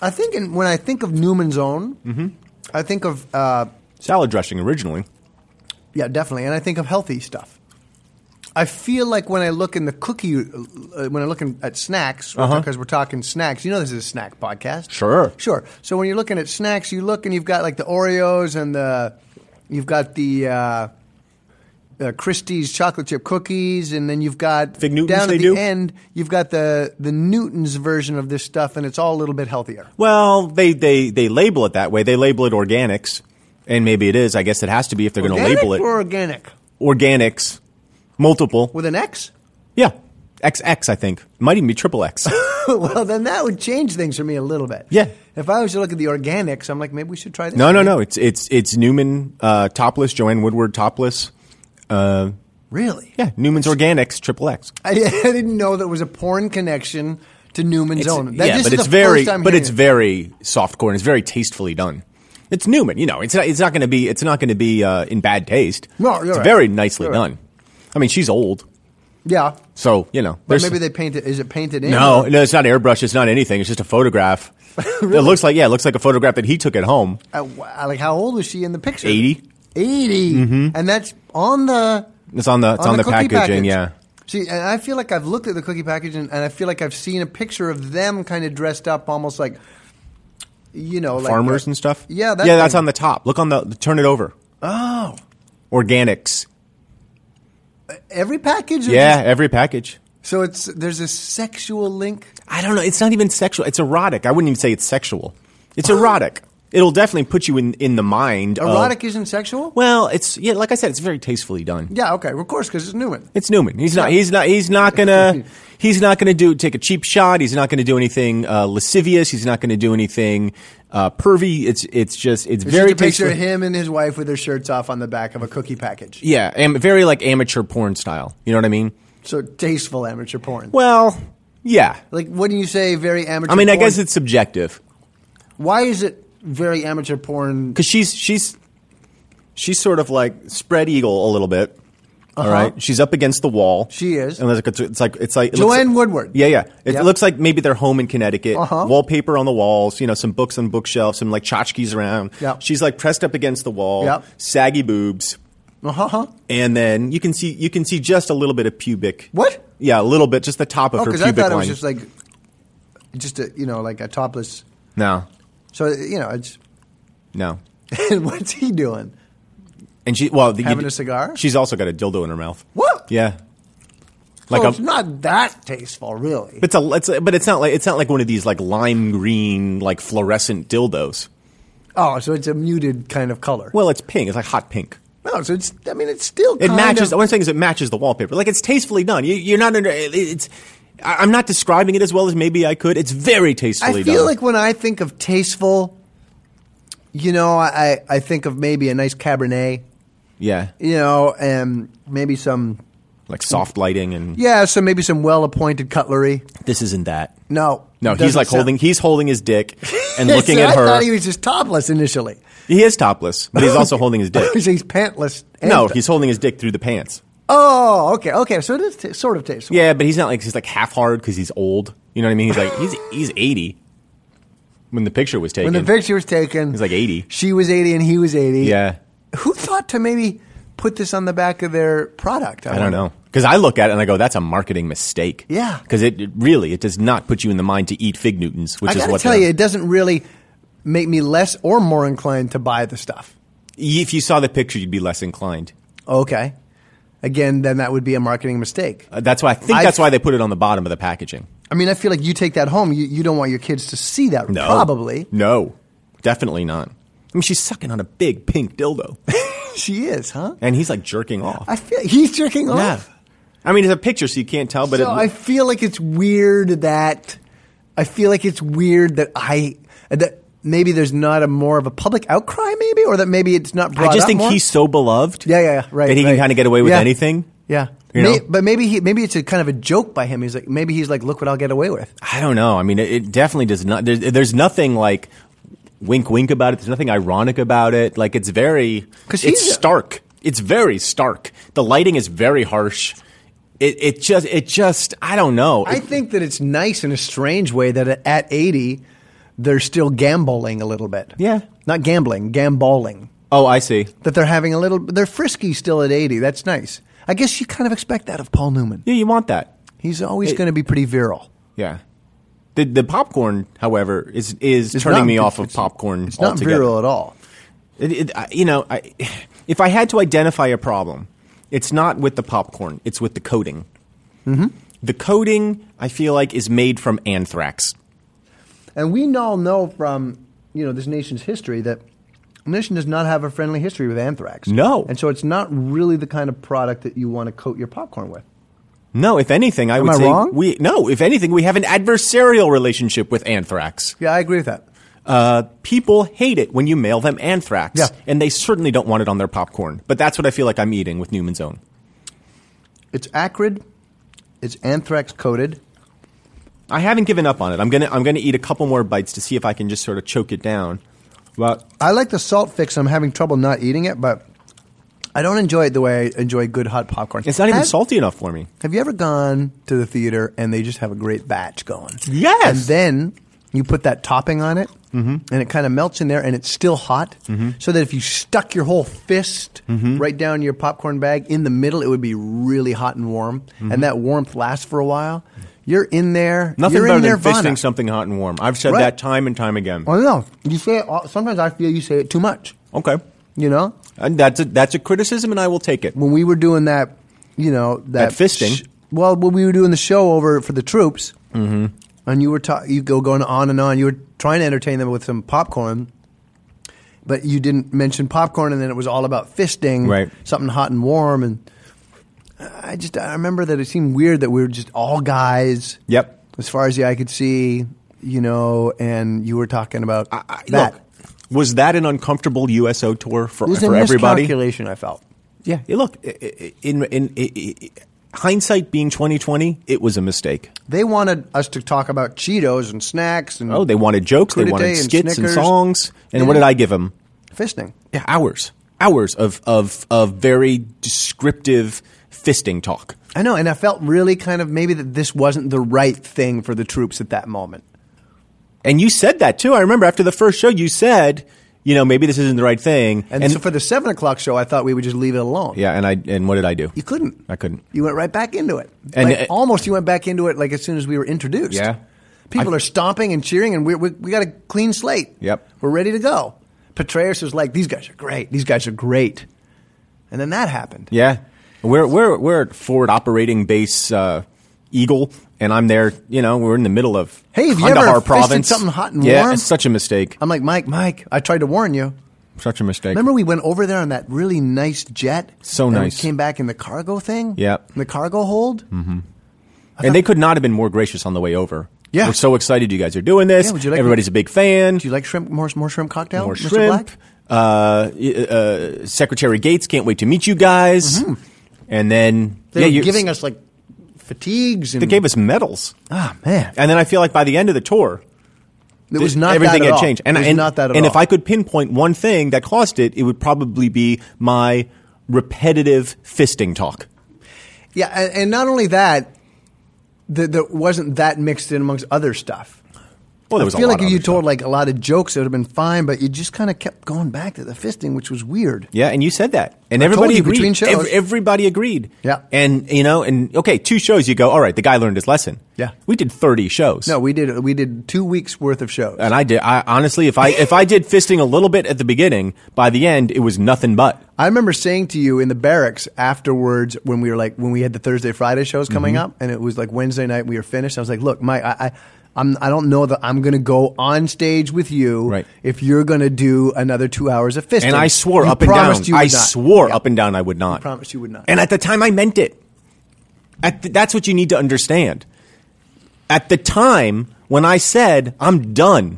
[SPEAKER 1] I think in, when I think of Newman's Own,
[SPEAKER 2] Mm-hmm.
[SPEAKER 1] I think of uh,
[SPEAKER 2] Salad dressing originally.
[SPEAKER 1] yeah, definitely, and I think of healthy stuff. I feel like when I look in the cookie, uh, when I look in, at snacks, because
[SPEAKER 2] Uh-huh.
[SPEAKER 1] we're talking snacks, you know this is a snack podcast.
[SPEAKER 2] Sure.
[SPEAKER 1] Sure. So when you're looking at snacks, you look and you've got like the Oreos and the, you've got the, uh, uh, Christie's chocolate chip cookies, and then you've got
[SPEAKER 2] Fig Newtons
[SPEAKER 1] down at
[SPEAKER 2] they
[SPEAKER 1] the
[SPEAKER 2] do?
[SPEAKER 1] end, you've got the the Newtons version of this stuff, and it's all a little bit healthier.
[SPEAKER 2] Well, they, they, they label it that way. They label it organics, and maybe it is. I guess it has to be if they're going to
[SPEAKER 1] Organic
[SPEAKER 2] label it
[SPEAKER 1] or organic
[SPEAKER 2] organics, multiple.
[SPEAKER 1] with an X?
[SPEAKER 2] Yeah, XX. I think might even be triple X.
[SPEAKER 1] well, then that would change things for me a little bit.
[SPEAKER 2] Yeah.
[SPEAKER 1] If I was to look at the organics, I'm like, maybe we should try this.
[SPEAKER 2] no, no, no. It's it's it's Newman uh, topless, Joanne Woodward topless.
[SPEAKER 1] Really?
[SPEAKER 2] Yeah, Newman's organics, triple X.
[SPEAKER 1] I, I didn't know there was a porn connection to Newman's Own. That-
[SPEAKER 2] yeah,
[SPEAKER 1] this
[SPEAKER 2] but
[SPEAKER 1] is
[SPEAKER 2] it's
[SPEAKER 1] the
[SPEAKER 2] very,
[SPEAKER 1] first time
[SPEAKER 2] but
[SPEAKER 1] hearing
[SPEAKER 2] it's
[SPEAKER 1] it.
[SPEAKER 2] very softcore and it's very tastefully done. It's Newman, you know. It's not. It's not going to be. It's not going to be uh, in bad taste.
[SPEAKER 1] No, you're
[SPEAKER 2] it's
[SPEAKER 1] right.
[SPEAKER 2] very nicely
[SPEAKER 1] You're right.
[SPEAKER 2] done. I mean, she's old,
[SPEAKER 1] yeah.
[SPEAKER 2] so you know.
[SPEAKER 1] But
[SPEAKER 2] there's-
[SPEAKER 1] maybe they paint it. Is it painted in?
[SPEAKER 2] No, no, it's not airbrush. It's not anything. It's just a photograph. It looks like yeah, it looks like a photograph that he took at home.
[SPEAKER 1] Uh, wh- like how old was she in the picture?
[SPEAKER 2] 80.
[SPEAKER 1] 80. And that's on the
[SPEAKER 2] It's on the Mm-hmm. it's on, the,
[SPEAKER 1] cookie
[SPEAKER 2] packaging.
[SPEAKER 1] package.
[SPEAKER 2] Yeah,
[SPEAKER 1] See, and I feel like I've looked at the cookie package and, and I feel like I've seen a picture of them kind of dressed up almost like you know, like uh,
[SPEAKER 2] farmers
[SPEAKER 1] the-
[SPEAKER 2] and stuff.
[SPEAKER 1] Yeah, that
[SPEAKER 2] yeah, that's
[SPEAKER 1] thing.
[SPEAKER 2] on the top. Look on the turn it over.
[SPEAKER 1] Oh.
[SPEAKER 2] Organics.
[SPEAKER 1] Every package is-
[SPEAKER 2] Yeah, every package.
[SPEAKER 1] so it's there's a sexual link.
[SPEAKER 2] I don't know. It's not even sexual. It's erotic. I wouldn't even say it's sexual. It's erotic. It'll definitely put you in, in the mind. of-
[SPEAKER 1] Erotic isn't sexual?
[SPEAKER 2] well, it's yeah. Like I said, it's very tastefully done.
[SPEAKER 1] yeah, okay. Of course cuz it's Newman.
[SPEAKER 2] It's Newman. He's not. He's not. He's not gonna. He's not gonna do take a cheap shot. He's not gonna do anything uh, lascivious. He's not gonna do anything uh, pervy. It's it's just it's,
[SPEAKER 1] It's
[SPEAKER 2] very
[SPEAKER 1] just a picture of
[SPEAKER 2] tasteful-
[SPEAKER 1] him and his wife with their shirts off on the back of a cookie package.
[SPEAKER 2] Yeah, am, very like amateur porn style. You know what I mean?
[SPEAKER 1] So tasteful amateur porn.
[SPEAKER 2] Well, yeah.
[SPEAKER 1] like what do you say very amateur
[SPEAKER 2] I mean, I
[SPEAKER 1] porn?
[SPEAKER 2] guess it's subjective
[SPEAKER 1] Why is it very amateur porn?
[SPEAKER 2] because she's she's she's sort of like spread eagle a little bit. all
[SPEAKER 1] Uh-huh.
[SPEAKER 2] right, she's up against the wall.
[SPEAKER 1] She is.
[SPEAKER 2] And it's like it's like, it's like it looks
[SPEAKER 1] Joanne
[SPEAKER 2] like-
[SPEAKER 1] Woodward.
[SPEAKER 2] Yeah, yeah. It
[SPEAKER 1] Yep.
[SPEAKER 2] looks like maybe their home in Connecticut.
[SPEAKER 1] Uh-huh.
[SPEAKER 2] Wallpaper on the walls, you know, some books on bookshelves, some like tchotchkes around.
[SPEAKER 1] Yep.
[SPEAKER 2] She's like pressed up against the wall,
[SPEAKER 1] Yep.
[SPEAKER 2] saggy boobs,
[SPEAKER 1] Uh-huh.
[SPEAKER 2] and then you can see you can see just a little bit of pubic.
[SPEAKER 1] What?
[SPEAKER 2] Yeah, a little bit, just the top of
[SPEAKER 1] Oh,
[SPEAKER 2] her
[SPEAKER 1] because
[SPEAKER 2] pubic
[SPEAKER 1] I thought
[SPEAKER 2] line.
[SPEAKER 1] it was just like, just a you know, like a topless.
[SPEAKER 2] no,
[SPEAKER 1] So you know, it's
[SPEAKER 2] no.
[SPEAKER 1] and what's he doing?
[SPEAKER 2] And she well, the, you
[SPEAKER 1] Having
[SPEAKER 2] d-
[SPEAKER 1] a cigar?
[SPEAKER 2] She's also got a dildo in her mouth.
[SPEAKER 1] What?
[SPEAKER 2] Yeah.
[SPEAKER 1] Like
[SPEAKER 2] Like
[SPEAKER 1] so
[SPEAKER 2] a,
[SPEAKER 1] it's not that tasteful, really.
[SPEAKER 2] But it's a, it's a, but it's not like it's not like one of these like lime green like fluorescent dildos.
[SPEAKER 1] oh, so it's a muted kind of color.
[SPEAKER 2] Well, it's pink. It's like hot pink.
[SPEAKER 1] no, so it's. I mean, it's still.
[SPEAKER 2] It
[SPEAKER 1] kind
[SPEAKER 2] matches.
[SPEAKER 1] Of,
[SPEAKER 2] What I'm saying is it matches the wallpaper. Like it's tastefully done. You, you're not under. it- It's. I- I'm not describing it as well as maybe I could. It's very
[SPEAKER 1] I
[SPEAKER 2] tastefully
[SPEAKER 1] feel
[SPEAKER 2] done.
[SPEAKER 1] like when I think of tasteful, you know, I I think of maybe a nice Cabernet,
[SPEAKER 2] yeah.
[SPEAKER 1] you know, and maybe some
[SPEAKER 2] like soft lighting and
[SPEAKER 1] Yeah, so maybe some well-appointed cutlery.
[SPEAKER 2] this isn't that.
[SPEAKER 1] No,
[SPEAKER 2] No,
[SPEAKER 1] Doesn't
[SPEAKER 2] he's like
[SPEAKER 1] sound-
[SPEAKER 2] holding he's holding his dick and
[SPEAKER 1] So
[SPEAKER 2] looking at
[SPEAKER 1] I
[SPEAKER 2] her.
[SPEAKER 1] thought he was just topless initially.
[SPEAKER 2] He is topless, but he's also holding his dick.
[SPEAKER 1] he's, he's pantless. and
[SPEAKER 2] No,
[SPEAKER 1] stuff.
[SPEAKER 2] he's holding his dick through the pants.
[SPEAKER 1] Oh, okay, okay. So it is t- sort of tasteful.
[SPEAKER 2] Yeah, but he's not like he's like half hard because he's old. You know what I mean? He's like he's he's eighty when the picture was taken.
[SPEAKER 1] When the picture was taken,
[SPEAKER 2] He's like 80.
[SPEAKER 1] She was eighty, and he was eighty.
[SPEAKER 2] yeah,
[SPEAKER 1] Who thought to maybe put this on the back of their product?
[SPEAKER 2] I don't
[SPEAKER 1] wonder?
[SPEAKER 2] know because I look at it and I go, that's a marketing mistake.
[SPEAKER 1] Yeah.
[SPEAKER 2] because it, it really it does not put you in the mind to eat fig Newtons, which
[SPEAKER 1] I
[SPEAKER 2] is
[SPEAKER 1] gotta
[SPEAKER 2] what
[SPEAKER 1] tell
[SPEAKER 2] the-
[SPEAKER 1] you, it doesn't really make me less or more inclined to buy the stuff.
[SPEAKER 2] if you saw the picture, you'd be less inclined.
[SPEAKER 1] Okay. Again, then that would be a marketing mistake.
[SPEAKER 2] Uh, that's why I think
[SPEAKER 1] I-
[SPEAKER 2] that's why they put it on the bottom of the packaging.
[SPEAKER 1] I mean, I feel like you take that home, you, you don't want your kids to see that.
[SPEAKER 2] No,
[SPEAKER 1] Probably.
[SPEAKER 2] no, definitely not. I mean, she's sucking on a big pink dildo,
[SPEAKER 1] She is, huh?
[SPEAKER 2] and he's like jerking off.
[SPEAKER 1] I feel he's jerking off.
[SPEAKER 2] Yeah. I mean, it's a picture, so you can't tell, but
[SPEAKER 1] so
[SPEAKER 2] it,
[SPEAKER 1] I feel like it's weird that I feel like it's weird that I that maybe there's not a more of a public outcry, maybe, or that maybe it's not brought
[SPEAKER 2] I just
[SPEAKER 1] up
[SPEAKER 2] think
[SPEAKER 1] more?
[SPEAKER 2] he's so beloved.
[SPEAKER 1] Yeah, yeah, yeah, right,
[SPEAKER 2] That he
[SPEAKER 1] right.
[SPEAKER 2] can kind of get away with
[SPEAKER 1] Yeah.
[SPEAKER 2] anything.
[SPEAKER 1] yeah.
[SPEAKER 2] You
[SPEAKER 1] May-
[SPEAKER 2] know?
[SPEAKER 1] but maybe he maybe it's a kind of a joke by him. He's like maybe he's like, look what I'll get away with.
[SPEAKER 2] I don't know. I mean, it, it definitely does not. There's, there's nothing like wink, wink about it. There's nothing ironic about it. Like it's very,
[SPEAKER 1] 'Cause
[SPEAKER 2] it's
[SPEAKER 1] he's a-
[SPEAKER 2] stark. It's very stark. The lighting is very harsh. It, it just, it just, I don't know.
[SPEAKER 1] I
[SPEAKER 2] It-
[SPEAKER 1] think that it's nice in a strange way that at 80, they're still gambling a little bit.
[SPEAKER 2] Yeah.
[SPEAKER 1] Not gambling, gamboling.
[SPEAKER 2] oh, I see.
[SPEAKER 1] That they're having a little, they're frisky still at 80. That's nice. I guess you kind of expect that of Paul Newman.
[SPEAKER 2] Yeah, you want that.
[SPEAKER 1] He's always going to be pretty virile.
[SPEAKER 2] Yeah. The, the popcorn, however, is is
[SPEAKER 1] It's
[SPEAKER 2] turning
[SPEAKER 1] not-
[SPEAKER 2] me off of
[SPEAKER 1] it's-
[SPEAKER 2] popcorn
[SPEAKER 1] It's not
[SPEAKER 2] altogether.
[SPEAKER 1] virile at all.
[SPEAKER 2] It, it, I, you know, I, if I had to identify a problem, it's not with the popcorn; it's with the coating. Mm-hmm. The coating, I feel like, is made from anthrax.
[SPEAKER 1] And we all know from, you know, this nation's history that the nation does not have a friendly history with anthrax.
[SPEAKER 2] No.
[SPEAKER 1] And so it's not really the kind of product that you want to coat your popcorn with.
[SPEAKER 2] No, if anything, I would
[SPEAKER 1] I
[SPEAKER 2] say
[SPEAKER 1] wrong?
[SPEAKER 2] we no. If anything, we have an adversarial relationship with anthrax.
[SPEAKER 1] Yeah, I agree with that.
[SPEAKER 2] Uh, people hate it when you mail them anthrax,
[SPEAKER 1] Yeah.
[SPEAKER 2] and they certainly don't want it on their popcorn. But that's what I feel like I'm eating with Newman's Own.
[SPEAKER 1] It's acrid. It's anthrax coated.
[SPEAKER 2] I haven't given up on it. I'm gonna I'm gonna eat a couple more bites to see if I can just sort of choke it down. But
[SPEAKER 1] I like the salt fix. I'm having trouble not eating it, but I don't enjoy it the way I enjoy good hot popcorn.
[SPEAKER 2] it's not even
[SPEAKER 1] have,
[SPEAKER 2] salty enough for me.
[SPEAKER 1] Have you ever gone to the theater and they just have a great batch going?
[SPEAKER 2] Yes. Mm-hmm.
[SPEAKER 1] And then you put that topping on it, and it kind of melts in there, and it's still hot. So that if you stuck your whole fist
[SPEAKER 2] Mm-hmm.
[SPEAKER 1] right down your popcorn bag in the middle, it would be really hot and warm, and that warmth lasts for a while. You're in there.
[SPEAKER 2] Mm-hmm. Nothing
[SPEAKER 1] you're
[SPEAKER 2] better
[SPEAKER 1] in
[SPEAKER 2] than
[SPEAKER 1] nirvana.
[SPEAKER 2] fisting something hot and warm. I've said
[SPEAKER 1] Right.
[SPEAKER 2] that time and time again.
[SPEAKER 1] Well, no, you say it. all- Sometimes I feel you say it too much.
[SPEAKER 2] Okay,
[SPEAKER 1] You know,
[SPEAKER 2] and that's a, that's a criticism, and I will take it.
[SPEAKER 1] when we were doing that, you know, that,
[SPEAKER 2] That fisting.
[SPEAKER 1] sh- well, when we were doing the show over for the troops, mm-hmm. and you were ta- you go going on and on. You were trying to entertain them with some popcorn, but you didn't mention popcorn, and then it was all about fisting,
[SPEAKER 2] Right.
[SPEAKER 1] Something hot and warm, and I just I remember that it seemed weird that we were just all guys.
[SPEAKER 2] Yep.
[SPEAKER 1] as far as the eye could see, you know, and you were talking about
[SPEAKER 2] I,
[SPEAKER 1] that.
[SPEAKER 2] Look, was that an uncomfortable USO tour for
[SPEAKER 1] it was a
[SPEAKER 2] for everybody?
[SPEAKER 1] miscalculation. I felt.
[SPEAKER 2] Yeah. yeah, Look, i- i- in in, i i hindsight being twenty twenty, it was a mistake.
[SPEAKER 1] They wanted us to talk about Cheetos and snacks and
[SPEAKER 2] Oh, they wanted jokes, they
[SPEAKER 1] Crudité
[SPEAKER 2] wanted
[SPEAKER 1] and
[SPEAKER 2] skits and,
[SPEAKER 1] Snickers.
[SPEAKER 2] songs, and what
[SPEAKER 1] Yeah.
[SPEAKER 2] did I give them?
[SPEAKER 1] fisting.
[SPEAKER 2] Yeah, hours, hours of of of very descriptive fisting talk.
[SPEAKER 1] I know, and I felt really kind of maybe that this wasn't the right thing for the troops at that moment.
[SPEAKER 2] And you said that too. I remember after the first show, you said, you know, maybe this isn't the right thing.
[SPEAKER 1] And, so for the seven o'clock show, I thought we would just leave it alone.
[SPEAKER 2] yeah, and I and what did I do?
[SPEAKER 1] you couldn't.
[SPEAKER 2] I couldn't.
[SPEAKER 1] You went right back into it.
[SPEAKER 2] And
[SPEAKER 1] Like,
[SPEAKER 2] it-
[SPEAKER 1] almost you went back into it like as soon as we were introduced.
[SPEAKER 2] Yeah.
[SPEAKER 1] people
[SPEAKER 2] I-
[SPEAKER 1] are stomping and cheering, and we're, we we got a clean slate.
[SPEAKER 2] Yep.
[SPEAKER 1] we're ready to go. Petraeus was like, "These guys are great. These guys are great," and then that happened.
[SPEAKER 2] Yeah, we're we're we're at forward operating base uh, Eagle, and I'm there. You know, we're in the middle of
[SPEAKER 1] Hey, have you
[SPEAKER 2] Kandahar
[SPEAKER 1] ever fisted
[SPEAKER 2] province.
[SPEAKER 1] something hot and
[SPEAKER 2] yeah,
[SPEAKER 1] warm?
[SPEAKER 2] it's such a mistake.
[SPEAKER 1] I'm like, Mike, Mike, I tried to warn you.
[SPEAKER 2] such a mistake.
[SPEAKER 1] Remember we went over there on that really nice jet?
[SPEAKER 2] So
[SPEAKER 1] and we
[SPEAKER 2] nice.
[SPEAKER 1] came back in the cargo thing?
[SPEAKER 2] Yep.
[SPEAKER 1] In the cargo hold? Mm-hmm.
[SPEAKER 2] and they could not have been more gracious on the way over.
[SPEAKER 1] Yeah.
[SPEAKER 2] we're so excited you guys are doing this.
[SPEAKER 1] Yeah, would you like-
[SPEAKER 2] Everybody's a big fan.
[SPEAKER 1] Do you like shrimp, more, more shrimp cocktail,
[SPEAKER 2] more
[SPEAKER 1] Mr.
[SPEAKER 2] shrimp.
[SPEAKER 1] Black?
[SPEAKER 2] Uh, y- uh, Secretary Gates can't wait to meet you guys. and then
[SPEAKER 1] Mm-hmm. They
[SPEAKER 2] yeah,
[SPEAKER 1] were
[SPEAKER 2] you-
[SPEAKER 1] giving us like fatigues and
[SPEAKER 2] They gave us medals,
[SPEAKER 1] ah man,
[SPEAKER 2] and then I feel like by the end of the tour,
[SPEAKER 1] it was not
[SPEAKER 2] everything
[SPEAKER 1] that at
[SPEAKER 2] had
[SPEAKER 1] all.
[SPEAKER 2] changed. And,
[SPEAKER 1] it was
[SPEAKER 2] and-
[SPEAKER 1] not that at
[SPEAKER 2] and
[SPEAKER 1] all.
[SPEAKER 2] if I could pinpoint one thing that caused it, it would probably be my repetitive fisting talk.
[SPEAKER 1] Yeah, and, and not only that, that there wasn't that mixed in amongst other stuff.
[SPEAKER 2] Well,
[SPEAKER 1] I
[SPEAKER 2] there was a
[SPEAKER 1] feel
[SPEAKER 2] lot
[SPEAKER 1] like
[SPEAKER 2] of
[SPEAKER 1] if you
[SPEAKER 2] other
[SPEAKER 1] told
[SPEAKER 2] stuff.
[SPEAKER 1] like a lot of jokes, it would have been fine, but you just kind of kept going back to the fisting, which was weird.
[SPEAKER 2] Yeah, and you said that, and
[SPEAKER 1] I told
[SPEAKER 2] everybody
[SPEAKER 1] you
[SPEAKER 2] agreed.
[SPEAKER 1] between shows.
[SPEAKER 2] everybody agreed.
[SPEAKER 1] Yeah.
[SPEAKER 2] and you know, and okay, two shows. You go, all right. The guy learned his lesson.
[SPEAKER 1] Yeah.
[SPEAKER 2] we did thirty shows.
[SPEAKER 1] No, we did we did two weeks worth of shows.
[SPEAKER 2] and I did. I honestly, if I if I did fisting a little bit at the beginning, by the end it was nothing but.
[SPEAKER 1] I remember saying to you in the barracks afterwards when we were like when we had the Thursday Friday shows
[SPEAKER 2] Mm-hmm.
[SPEAKER 1] coming up, and it was like Wednesday night we were finished. I was like, "Look, Mike, I, I I'm I don't know that I'm going to go on stage with you
[SPEAKER 2] Right.
[SPEAKER 1] if you're going to do another two hours of fisting."
[SPEAKER 2] And I swore
[SPEAKER 1] You
[SPEAKER 2] up and
[SPEAKER 1] promised
[SPEAKER 2] down.
[SPEAKER 1] You would
[SPEAKER 2] I
[SPEAKER 1] not.
[SPEAKER 2] swore
[SPEAKER 1] Yeah.
[SPEAKER 2] up and down I would not.
[SPEAKER 1] promised you would not.
[SPEAKER 2] And at the time, I meant it. At the, that's what you need to understand. At the time when I said I'm done,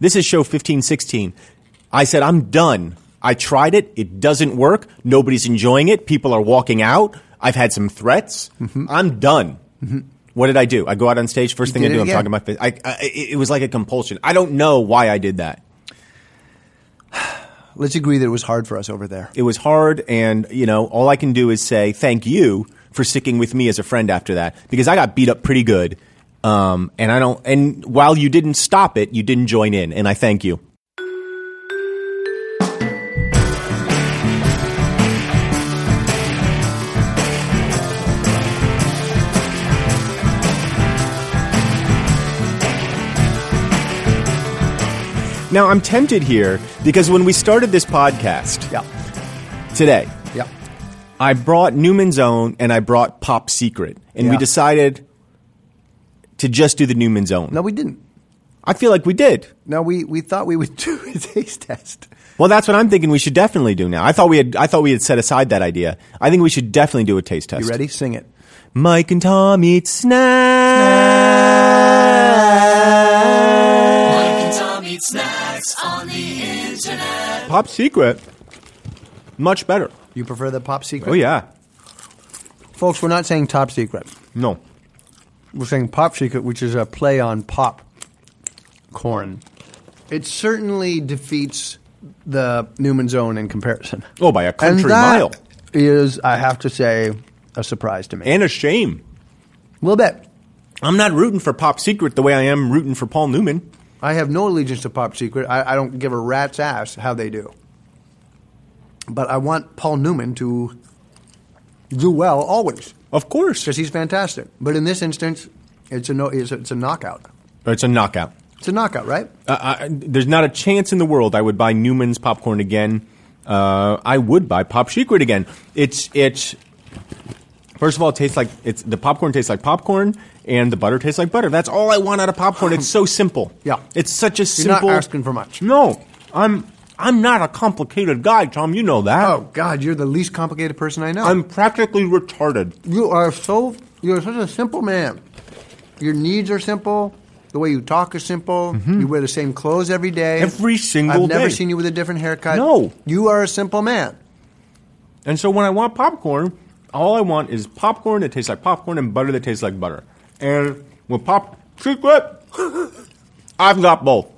[SPEAKER 2] this is show fifteen sixteen. I said I'm done. I tried it. It doesn't work. Nobody's enjoying it. People are walking out. I've had some threats.
[SPEAKER 1] Mm-hmm.
[SPEAKER 2] I'm done. What did I do? I go out on stage. First thing I
[SPEAKER 1] did
[SPEAKER 2] do,
[SPEAKER 1] it
[SPEAKER 2] I'm talking
[SPEAKER 1] again.
[SPEAKER 2] about. I, I, it it was like a compulsion. I don't know why I did that.
[SPEAKER 1] Let's agree that it was hard for us over there.
[SPEAKER 2] it was hard and you know all i can do is say thank you for sticking with me as a friend after that because i got beat up pretty good um, and i don't and while you didn't stop it you didn't join in and i thank you now i'm tempted here because when we started this podcast
[SPEAKER 1] Yeah,
[SPEAKER 2] today
[SPEAKER 1] yeah.
[SPEAKER 2] I brought Newman's Own and I brought Pop Secret, and we
[SPEAKER 1] Yeah.
[SPEAKER 2] decided to just do the Newman's Own.
[SPEAKER 1] No, we didn't.
[SPEAKER 2] I feel like we did.
[SPEAKER 1] No, we we thought we would do a taste test.
[SPEAKER 2] Well, that's what I'm thinking. We should definitely do now. I thought we had. I thought we had set aside that idea. I think we should definitely do a taste test.
[SPEAKER 1] You ready? Sing it.
[SPEAKER 2] Mike and Tom eat snacks.
[SPEAKER 3] Mike and Tom eat snacks on the internet.
[SPEAKER 2] Pop Secret, much better.
[SPEAKER 1] You prefer the pop secret?
[SPEAKER 2] Oh yeah,
[SPEAKER 1] folks. We're not saying top secret.
[SPEAKER 2] no,
[SPEAKER 1] we're saying pop secret, which is a play on pop corn. It certainly defeats the Newman's Own in comparison.
[SPEAKER 2] Oh, by a country
[SPEAKER 1] and that
[SPEAKER 2] mile.
[SPEAKER 1] Is I have to say a surprise to me.
[SPEAKER 2] and a shame.
[SPEAKER 1] a little bit.
[SPEAKER 2] I'm not rooting for Pop Secret the way I am rooting for Paul Newman.
[SPEAKER 1] I have no allegiance to Pop Secret. I, I don't give a rat's ass how they do. But I want Paul Newman to do well always
[SPEAKER 2] Of course,
[SPEAKER 1] because he's fantastic. But in this instance, it's a no, it's a, it's a knockout.
[SPEAKER 2] it's a knockout.
[SPEAKER 1] It's a knockout, right?
[SPEAKER 2] Uh, I, there's not a chance in the world I would buy Newman's popcorn again. Uh, I would buy Pop Secret again. It's it's first of all, it tastes like it's the popcorn tastes like popcorn, and the butter tastes like butter. That's all I want out of popcorn. It's so simple.
[SPEAKER 1] Yeah.
[SPEAKER 2] it's such a
[SPEAKER 1] You're not
[SPEAKER 2] simple.
[SPEAKER 1] asking for much.
[SPEAKER 2] No, I'm I'm not a complicated guy, Tom. You know that.
[SPEAKER 1] Oh God, you're the least complicated person I know.
[SPEAKER 2] I'm practically retarded.
[SPEAKER 1] You are so you're such a simple man. Your needs are simple. The way you talk is simple. You wear the same clothes every day.
[SPEAKER 2] Mm-hmm. Every single
[SPEAKER 1] I've never
[SPEAKER 2] day.
[SPEAKER 1] seen you with a different haircut.
[SPEAKER 2] No.
[SPEAKER 1] you are a simple man.
[SPEAKER 2] And so when I want popcorn, all I want is popcorn that tastes like popcorn and butter that tastes like butter. And with Pop Secret, I've got both.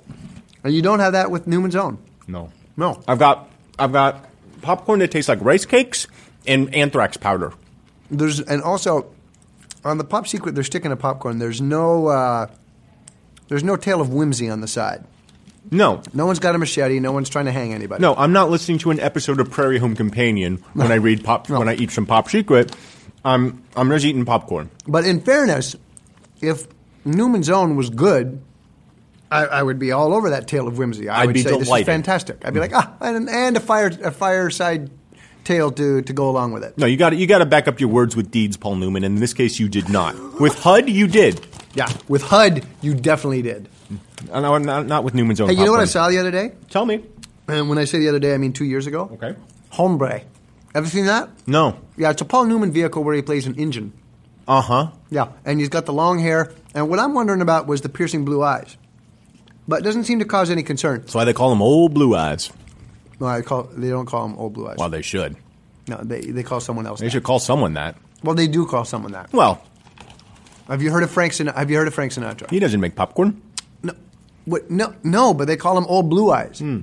[SPEAKER 1] And you don't have that with Newman's Own.
[SPEAKER 2] No.
[SPEAKER 1] No.
[SPEAKER 2] I've got I've got popcorn that tastes like rice cakes and anthrax powder.
[SPEAKER 1] There's and also on the Pop Secret, they're sticking a popcorn. There's no uh, there's no tale of whimsy on the side.
[SPEAKER 2] No.
[SPEAKER 1] No one's got a machete. No one's trying to hang anybody.
[SPEAKER 2] No, I'm not listening to an episode of Prairie Home Companion when I read pop when I eat some Pop Secret. I'm I'm just eating popcorn.
[SPEAKER 1] But in fairness, if Newman's Own was good, I, I would be all over that tale of whimsy. I
[SPEAKER 2] I'd
[SPEAKER 1] would
[SPEAKER 2] be
[SPEAKER 1] say this is
[SPEAKER 2] delighted. Mm.
[SPEAKER 1] fantastic. I'd be like, ah, and, and a fire a fireside tale to, to go along with it.
[SPEAKER 2] No, you got you got to back up your words with deeds, Paul Newman. In this case, you did not. With HUD, you did.
[SPEAKER 1] Yeah, with HUD, you definitely did.
[SPEAKER 2] Uh, No, not, not with Newman's own.
[SPEAKER 1] Hey, you know what I
[SPEAKER 2] popcorn.
[SPEAKER 1] saw the other day?
[SPEAKER 2] Tell me.
[SPEAKER 1] And when I say the other day, I mean two years ago.
[SPEAKER 2] Okay.
[SPEAKER 1] Hombre. Ever seen that?
[SPEAKER 2] No.
[SPEAKER 1] Yeah, it's a Paul Newman vehicle where he plays an engine.
[SPEAKER 2] Uh huh.
[SPEAKER 1] Yeah, and he's got the long hair. And what I'm wondering about was the piercing blue eyes. But it doesn't seem to cause any concern.
[SPEAKER 2] That's why they call them old blue eyes.
[SPEAKER 1] No, I call, they don't call him old blue eyes.
[SPEAKER 2] Well, they should.
[SPEAKER 1] No, they, they call someone else.
[SPEAKER 2] They
[SPEAKER 1] that.
[SPEAKER 2] should call someone that.
[SPEAKER 1] Well, they do call someone that.
[SPEAKER 2] Well,
[SPEAKER 1] Have you heard of Frank? Sinatra? Have you heard of Frank Sinatra?
[SPEAKER 2] he doesn't make popcorn.
[SPEAKER 1] No, what, no, no. But they call him Old Blue Eyes.
[SPEAKER 2] Hmm.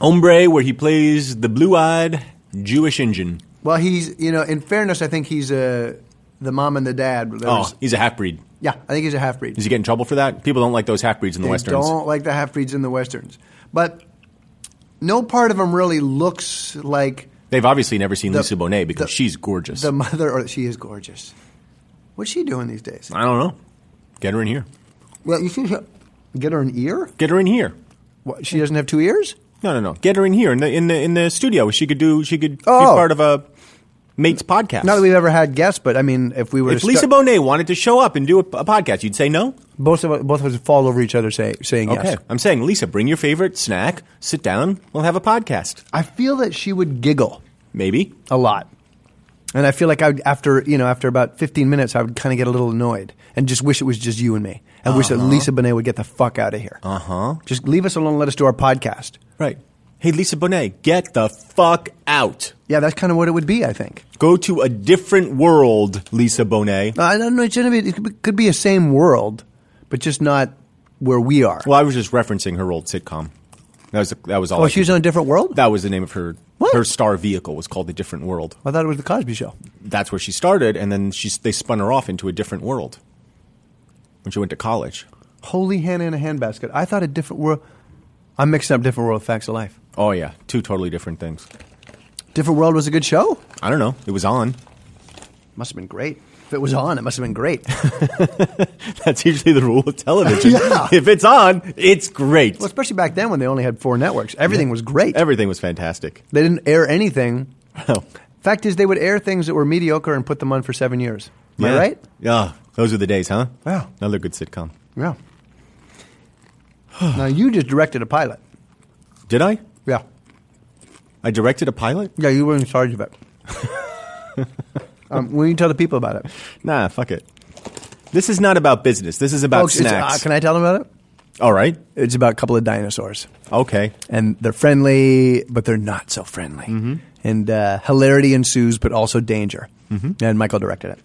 [SPEAKER 2] Ombre, where he plays the blue-eyed Jewish Indian.
[SPEAKER 1] Well, he's you know, in fairness, I think he's uh, the mom and the dad. There
[SPEAKER 2] Oh,
[SPEAKER 1] was-
[SPEAKER 2] he's a half breed.
[SPEAKER 1] yeah, I think he's a half breed.
[SPEAKER 2] Does he get in trouble for that? People don't like those half breeds in the
[SPEAKER 1] They
[SPEAKER 2] westerns.
[SPEAKER 1] don't like the half breeds in the westerns, but no part of him really looks like
[SPEAKER 2] They've obviously never seen
[SPEAKER 1] The-
[SPEAKER 2] Lisa Bonet because
[SPEAKER 1] the-
[SPEAKER 2] she's gorgeous.
[SPEAKER 1] the mother. Or she is gorgeous. What's she doing these days?
[SPEAKER 2] I don't know. Get her in here.
[SPEAKER 1] Well, you should get her an ear.
[SPEAKER 2] Get her in here.
[SPEAKER 1] What, she doesn't have two ears.
[SPEAKER 2] No, no, no. Get her in here in the in the in the studio. She could do. She could
[SPEAKER 1] Oh.
[SPEAKER 2] be part of a mates podcast.
[SPEAKER 1] Not that we've ever had guests, but I mean, if we were
[SPEAKER 2] if
[SPEAKER 1] to
[SPEAKER 2] Lisa
[SPEAKER 1] stu-
[SPEAKER 2] Bonet wanted to show up and do a, a podcast, you'd say no.
[SPEAKER 1] both of us, both of us fall over each other say, saying yes.
[SPEAKER 2] I'm saying Lisa, bring your favorite snack, sit down, we'll have a podcast.
[SPEAKER 1] I feel that she would giggle
[SPEAKER 2] Maybe.
[SPEAKER 1] a lot, and I feel like I would, after you know after about fifteen minutes, I would kind of get a little annoyed and just wish it was just you and me. I wish
[SPEAKER 2] Uh-huh.
[SPEAKER 1] that Lisa Bonet would get the fuck out of here. Uh huh. Just leave us alone. Let us do our podcast.
[SPEAKER 2] Right. Hey, Lisa Bonet, get the fuck out.
[SPEAKER 1] Yeah, that's kind of what it would be. I think. Uh,
[SPEAKER 2] Go to a different world, Lisa Bonet.
[SPEAKER 1] I don't know. It's gonna be, it could be- could be a same world, but just not where we are.
[SPEAKER 2] Well, I was just referencing her old sitcom. That was that was all.
[SPEAKER 1] oh,
[SPEAKER 2] I
[SPEAKER 1] she was
[SPEAKER 2] could-
[SPEAKER 1] on a different world.
[SPEAKER 2] that was the name of her
[SPEAKER 1] What?
[SPEAKER 2] her star vehicle was called the Different World.
[SPEAKER 1] I thought it was the Cosby Show.
[SPEAKER 2] That's where she started, and then she they spun her off into a different world when she went to college.
[SPEAKER 1] Holy Hannah in a handbasket. I thought a different world. I'm mixing up different world with facts of life.
[SPEAKER 2] Oh yeah, two totally different things.
[SPEAKER 1] Different World was a good show.
[SPEAKER 2] I don't know. It was on.
[SPEAKER 1] Must have been great. If it was on, it must have been great. well,
[SPEAKER 2] That's usually the rule of television.
[SPEAKER 1] Yeah.
[SPEAKER 2] If it's on, it's great.
[SPEAKER 1] especially back then when they only had four networks. Everything was great.
[SPEAKER 2] Everything was fantastic.
[SPEAKER 1] they didn't air anything.
[SPEAKER 2] Oh,
[SPEAKER 1] Fact is, they would air things that were mediocre and put them on for seven years. Am I
[SPEAKER 2] yeah.
[SPEAKER 1] right?
[SPEAKER 2] Yeah, those were the days, huh?
[SPEAKER 1] Yeah.
[SPEAKER 2] another good sitcom.
[SPEAKER 1] Yeah. now, you just directed a pilot.
[SPEAKER 2] Did I?
[SPEAKER 1] Yeah.
[SPEAKER 2] I directed a pilot.
[SPEAKER 1] Yeah, you were in charge of it. um, when you tell the people about it,
[SPEAKER 2] Nah, fuck it. This is not about business. This is about
[SPEAKER 1] Folks, it's- uh,
[SPEAKER 2] snacks.
[SPEAKER 1] can I tell them about it?
[SPEAKER 2] All right.
[SPEAKER 1] It's about a couple of dinosaurs.
[SPEAKER 2] Okay.
[SPEAKER 1] and they're friendly, but they're not so friendly. And uh, hilarity ensues, but also danger. And Michael directed it.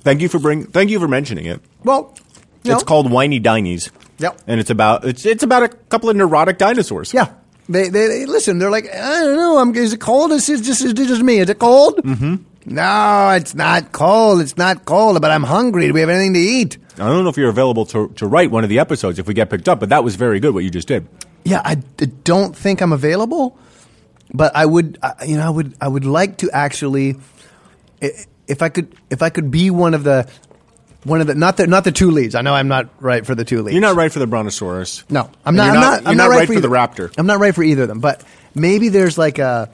[SPEAKER 2] Thank you for bring. Thank you for mentioning it.
[SPEAKER 1] Well,
[SPEAKER 2] It's called Whiny Dinies.
[SPEAKER 1] Yep.
[SPEAKER 2] And it's about it's it's about a couple of neurotic dinosaurs.
[SPEAKER 1] Yeah, they, they they listen. They're like, I don't know. I'm, is it cold? Is it just is it just me? Is it cold? Mm-hmm. No, it's not cold. It's not cold. But I'm hungry. Do we have anything to eat?
[SPEAKER 2] I don't know if you're available to to write one of the episodes if we get picked up, but that was very good what you just did.
[SPEAKER 1] Yeah, I d- don't think I'm available, but I would, I, you know, I would, I would like to actually, i- if I could, if I could be one of the, one of the, not the, not the two leads. I know I'm not right for the two leads.
[SPEAKER 2] You're not right for the Brontosaurus.
[SPEAKER 1] No, I'm
[SPEAKER 2] And
[SPEAKER 1] not.
[SPEAKER 2] You're
[SPEAKER 1] I'm
[SPEAKER 2] not,
[SPEAKER 1] not,
[SPEAKER 2] you're
[SPEAKER 1] I'm
[SPEAKER 2] not right, for,
[SPEAKER 1] either-
[SPEAKER 2] the raptor.
[SPEAKER 1] I'm not right for either of them. But maybe there's like a